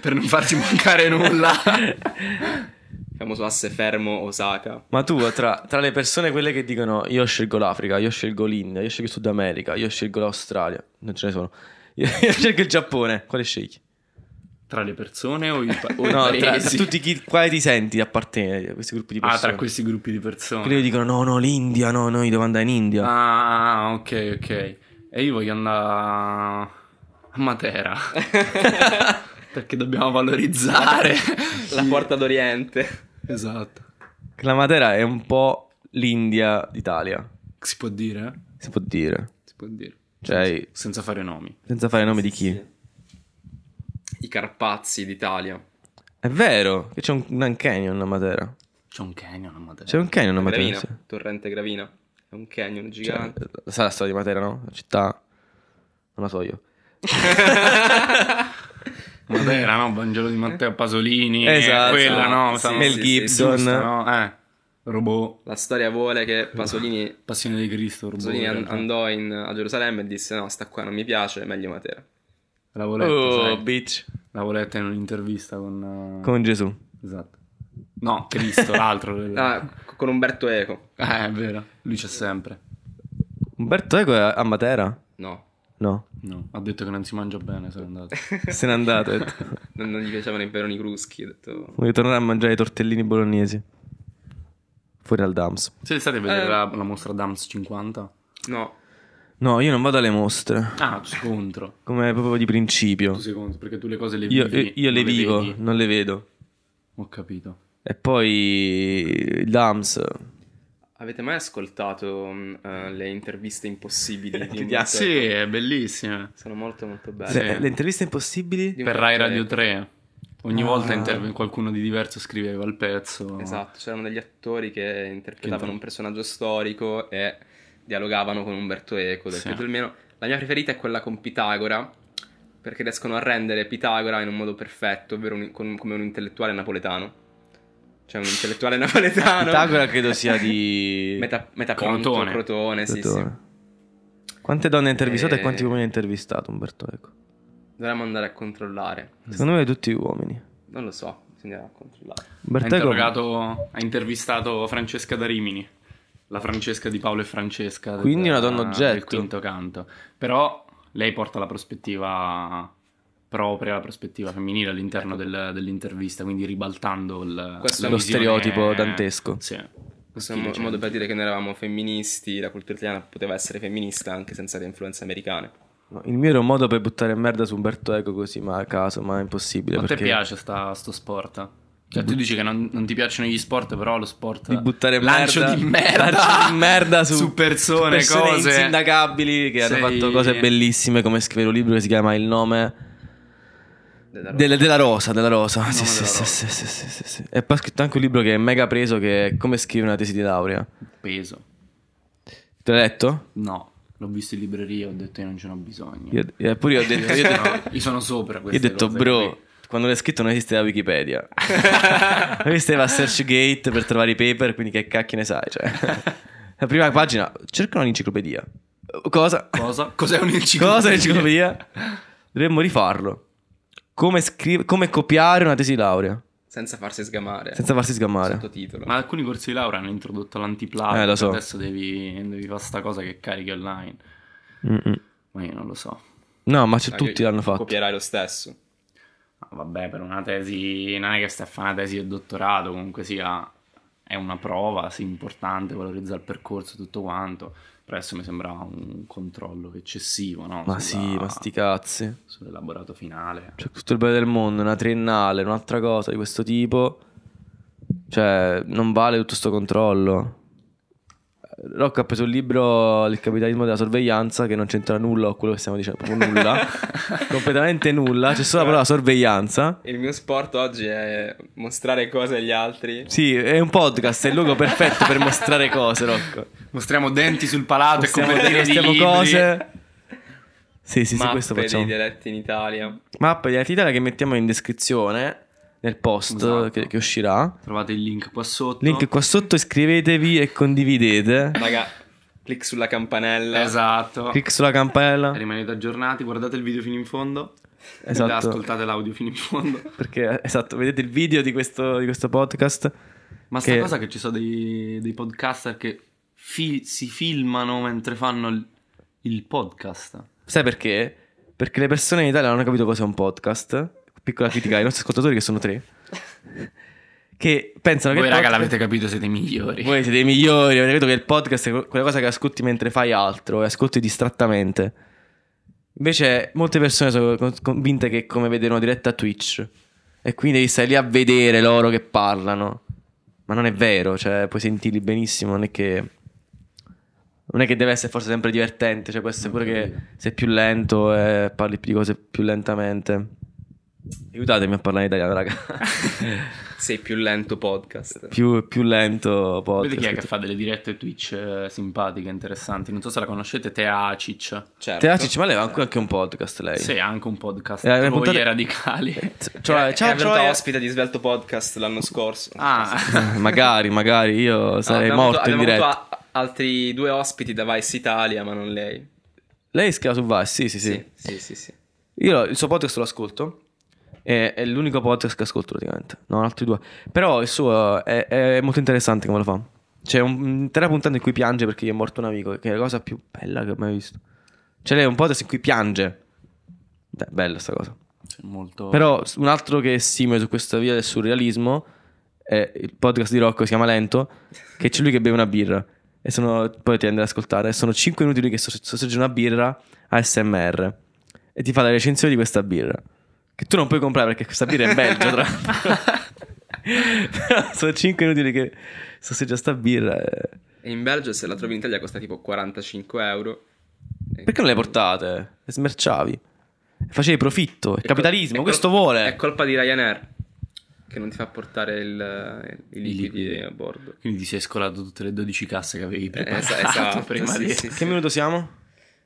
per non farti mancare nulla.
Il famoso asse fermo Osaka.
Ma tu, tra, tra le persone quelle che dicono io scelgo l'Africa, io scelgo l'India, io scelgo il Sud America, io scelgo l'Australia, non ce ne sono. Io, io scelgo il Giappone, quale scegli?
Tra le persone o i, pa- o i
No, tra, tra
paesi?
tutti chi, quale ti senti appartenere a questi gruppi di
Ah,
persone?
tra questi gruppi di
Quelli che
persone.
dicono no, no, l'India, no, no, io devo andare in India.
Ah, ok, ok. E io voglio andare a Matera. Perché dobbiamo valorizzare.
La porta d'Oriente.
Esatto.
Che La Matera è un po' l'India d'Italia,
Si può dire? eh?
si può dire.
Si può dire.
Cioè,
Senza fare nomi.
senza fare nome di chi.
Sì. i Carpazzi d'Italia.
È vero che c'è un, un canyon a Matera.
C'è un canyon a Matera.
C'è un canyon a Matera.
Gravina,
sì.
Torrente Gravina. È un canyon
Cioè,
gigante.
sai la storia di Matera, no? La città... Non la so io.
Matera, no? Vangelo di Matteo Pasolini.
Esatto.
eh, Quella, no?
Sì,
Sa-
Mel
sì,
Gibson.
giusto, no? Eh. Robot.
La storia vuole che Pasolini,
Passione di Cristo. Robot.
Pasolini an-
in realtà.
andò in- a Gerusalemme e disse no, sta qua, non mi piace, meglio Matera.
L'avevo letta,
Oh,
sai?
bitch.
L'avevo letta in un'intervista con... eh,
Con Gesù.
Esatto. No, Cristo, l'altro.
Ah, co- con Umberto Eco.
Eh, è vero. Lui c'è sempre.
Umberto Eco è a Matera?
No,
No.
No, Eh. ha detto che non si mangia bene, se n'è andato.
Se n'è andato. Ho detto,
non, non gli piacevano i peroni cruschi. Ho detto...
voglio tornare a mangiare i tortellini bolognesi. Fuori al Dams.
Siete stati a vedere
Eh.
la, la mostra Dams 50?
No,
No, io non vado alle mostre.
Ah, tu sei contro.
Come proprio di
Tu
principio.
sei contro, perché tu le cose le
Io,
vivi.
io- io le
non
vivo,
vedi.
non le vedo.
Ho capito.
E poi il Dams.
avete mai ascoltato mh, eh, le interviste impossibili di
Che
Umberto
dia-
Eco?
Ah, Sì, è bellissima.
Sono molto molto belle.
Le, Cioè, le interviste impossibili?
Di
Per
Umberto
Rai
Eco.
Radio 3. Ogni
Ah.
volta interve- qualcuno di diverso scriveva il pezzo.
Esatto, c'erano degli attori che interpretavano
inter-
un personaggio storico e dialogavano con Umberto Eco. del
Sì.
tutto il meno. La mia preferita è quella con Pitagora, perché riescono a rendere Pitagora in un modo perfetto, ovvero un- con- come un intellettuale napoletano. Cioè un intellettuale
Ah,
napoletano.
Pitagora credo sia di...
Meta, metaponto,
Crotone.
crotone, sì, sì.
Dottore. Quante donne ha intervistato e...
Eh.
quanti uomini ha intervistato Umberto Eco?
Dovremmo andare a controllare.
Secondo me tutti uomini.
Non lo so, bisognerà controllare.
Ha,
Umberto Eco...
interrogato- ha intervistato Francesca da Rimini, la Francesca di Paolo e Francesca. del-
Quindi una donna oggetto.
Del quinto canto. Però lei porta la prospettiva propria, la prospettiva femminile all'interno del- dell'intervista, quindi ribaltando il,
Questo
la
è lo
visione-
stereotipo dantesco.
Sì.
Questo è un mo- modo per dire che noi eravamo femministi, la cultura italiana poteva essere femminista anche senza le influenze americane.
No, Il mio era un modo per buttare merda su Umberto Eco così, ma a caso, ma è impossibile.
A te
perché
piace sta, sto sport? Cioè, tu dici che non, non ti piacciono gli sport, però lo sport.
Di buttare
lancio
merda,
di merda,
lancio di merda su,
su persone,
su persone
cose
insindacabili che hanno
Sei-
fatto cose bellissime, come scrivere un libro che si chiama Il nome
Della Roma.
Della, della rosa, della rosa.
Il
Sì,
nome
sì,
della
sì,
rosa.
sì, sì, sì, sì, sì. E poi ha scritto anche un libro che è mega preso, che è come scrivere una tesi di laurea.
Peso.
Te l'hai letto?
No, l'ho visto in libreria, ho detto io non ce n'ho bisogno.
Io, e pure io ho detto, io ho detto,
sono, io sono
io
sopra
ho
queste
detto,
cose
bro,
qui."
quando l'hai scritto non esiste la Wikipedia. Noi stava a Searchgate per trovare i paper, quindi che cacchio ne sai? Cioè. La prima pagina, cerca un'enciclopedia. Cosa?
Cosa? Cos'è un'enciclopedia?
Cosa è l'enciclopedia? Dovremmo rifarlo. Come, scri- come copiare una tesi di laurea
Senza farsi sgamare.
senza farsi sgamare.
Sottotitolo.
Ma alcuni corsi di laurea hanno introdotto l'antiplagio.
Eh, lo so.
Adesso devi, devi fare sta cosa che carichi online.
Mm-mm.
Ma io non lo so.
No, ma c'è-
Dai,
tutti
io-
l'hanno fatto.
Copierai lo stesso.
Ah, Vabbè, per una tesi, non è che stai a fare una tesi di dottorato, comunque sia, è una prova, sì, importante, valorizza il percorso e tutto quanto. Però adesso mi sembrava un controllo eccessivo, no?
Ma
Sulla-
sì, ma sti cazzi.
Sull'elaborato finale.
Cioè, tutto il bene del mondo, una triennale, un'altra cosa di questo tipo. Cioè, non vale tutto sto controllo. Rocco ha preso il libro Il capitalismo della sorveglianza, che non c'entra nulla con quello che stiamo dicendo, proprio nulla. Ah, Completamente nulla, c'è solo la parola sorveglianza.
Il mio sport oggi è mostrare cose agli altri.
Sì, è un podcast, è il luogo perfetto per mostrare cose, Rocco.
Mostriamo denti sul palato
Stiamo
e copertine di libri.
cose. Sì, sì, sì,
mappe
questo facciamo.
dei dialetti in Italia.
Mappa di attività che mettiamo in descrizione nel post
Esatto.
che- che uscirà.
Trovate il link qua sotto.
Link qua sotto, iscrivetevi e condividete.
Raga, clic sulla campanella.
Esatto.
Clic sulla campanella.
Rimanete aggiornati, guardate il video fino in fondo.
Esatto.
Ascoltate l'audio fino in fondo.
Perché esatto, vedete il video di questo, di questo podcast.
Ma sta
Che-
cosa che ci sono dei, dei podcaster che fi- si filmano mentre fanno il, il podcast.
Sai perché? Perché le persone in Italia non hanno capito cos'è un podcast. Piccola critica ai nostri ascoltatori, che sono tre. Che pensano
Voi
che.
raga
podcast-
l'avete capito, siete i migliori.
Voi siete i migliori. Avete capito che il podcast è que- quella cosa che ascolti mentre fai altro e ascolti distrattamente. Invece, molte persone sono con- convinte che è come vedere una diretta Twitch. E quindi devi stare lì a vedere loro che parlano. Ma non è vero, cioè, puoi sentirli benissimo. Non è che. Non è che deve essere forse sempre divertente. Cioè, può essere
Non
pure che
capito.
sei più lento e parli di cose più lentamente. Aiutatemi a parlare italiano, raga.
Sei più lento podcast.
più, più lento
Vedi
podcast.
chi è che fa delle dirette Twitch eh, simpatiche, interessanti. Non so se la conoscete, Tea Ciccia.
Certo.
Teaci, ci- ma lei ha anche, anche un podcast, lei.
Sì, ha anche un podcast.
Eh, le
Troie
puntate-
radicali.
C- Cioè,
Eh, è,
ciao,
è venuta
ciao.
ospite di Svelto Podcast l'anno scorso.
Ah,
magari, magari, io sarei
Abbiamo
morto
avuto-
in
abbiamo
diretta.
avuto a- altri due ospiti da Vice Italia, ma non lei.
Lei scrive su Vice, sì, sì, sì.
Sì, sì, sì. sì.
Io il suo podcast lo ascolto. È, è l'unico podcast che ascolto praticamente. No, altri due. Però il suo è, è molto interessante come lo fa. C'è un- un'intera puntata in cui piange perché gli è morto un amico, che è la cosa più bella che ho mai visto. Cioè, lei è un podcast in cui piange. Beh, bella sta cosa.
Cioè, molto...
Però s- un altro che è simile su questa via del surrealismo è il podcast di Rocco, si chiama Lento, che c'è lui che beve una birra e sono, poi ti andrai ad ascoltare. Sono 5 minuti lui che sos- sorseggia una birra ASMR e ti fa la recensione di questa birra. Che tu non puoi comprare perché questa birra è belga, tra l'altro. Però sono 5 minuti lui che sorseggia sta birra. e-
E in Belgio se la trovi in Italia costa tipo 45 euro. E-
Perché non le portate? Le smerciavi. Facevi profitto, è
è col-
capitalismo,
è col-
questo vuole.
È colpa di Ryanair che non ti fa portare il, i liquidi
liquidi.
a bordo.
Quindi ti sei scolato tutte le 12 casse che avevi
Eh,
preparato
es- esatto,
prima
sì,
di...
sì, sì.
Che minuto siamo?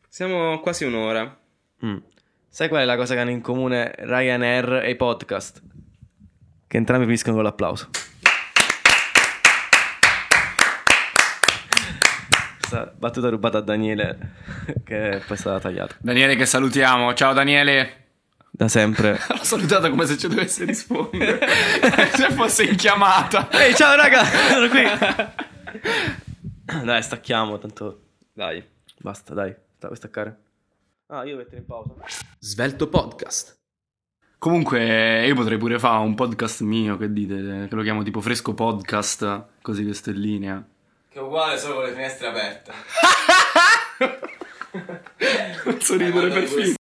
Siamo quasi un'ora.
Mm. Sai qual è la cosa che hanno in comune Ryanair e i podcast? Che entrambi finiscono con l'applauso. Questa battuta rubata a Daniele, che poi è stata tagliata.
Daniele che salutiamo. Ciao Daniele.
Da sempre.
L'ho salutata come se ci dovesse rispondere. se fosse in chiamata.
Ehi, ciao raga, sono qui. Dai, stacchiamo, tanto
Dai.
basta, dai, sta- vuoi staccare. Ah, io metto in pausa.
Svelto Podcast.
Comunque, io potrei pure fare un podcast mio, che dite? Che lo chiamo tipo Fresco Podcast, così che sto in linea.
Che è uguale solo con le finestre aperte.
Non so ridere per finta.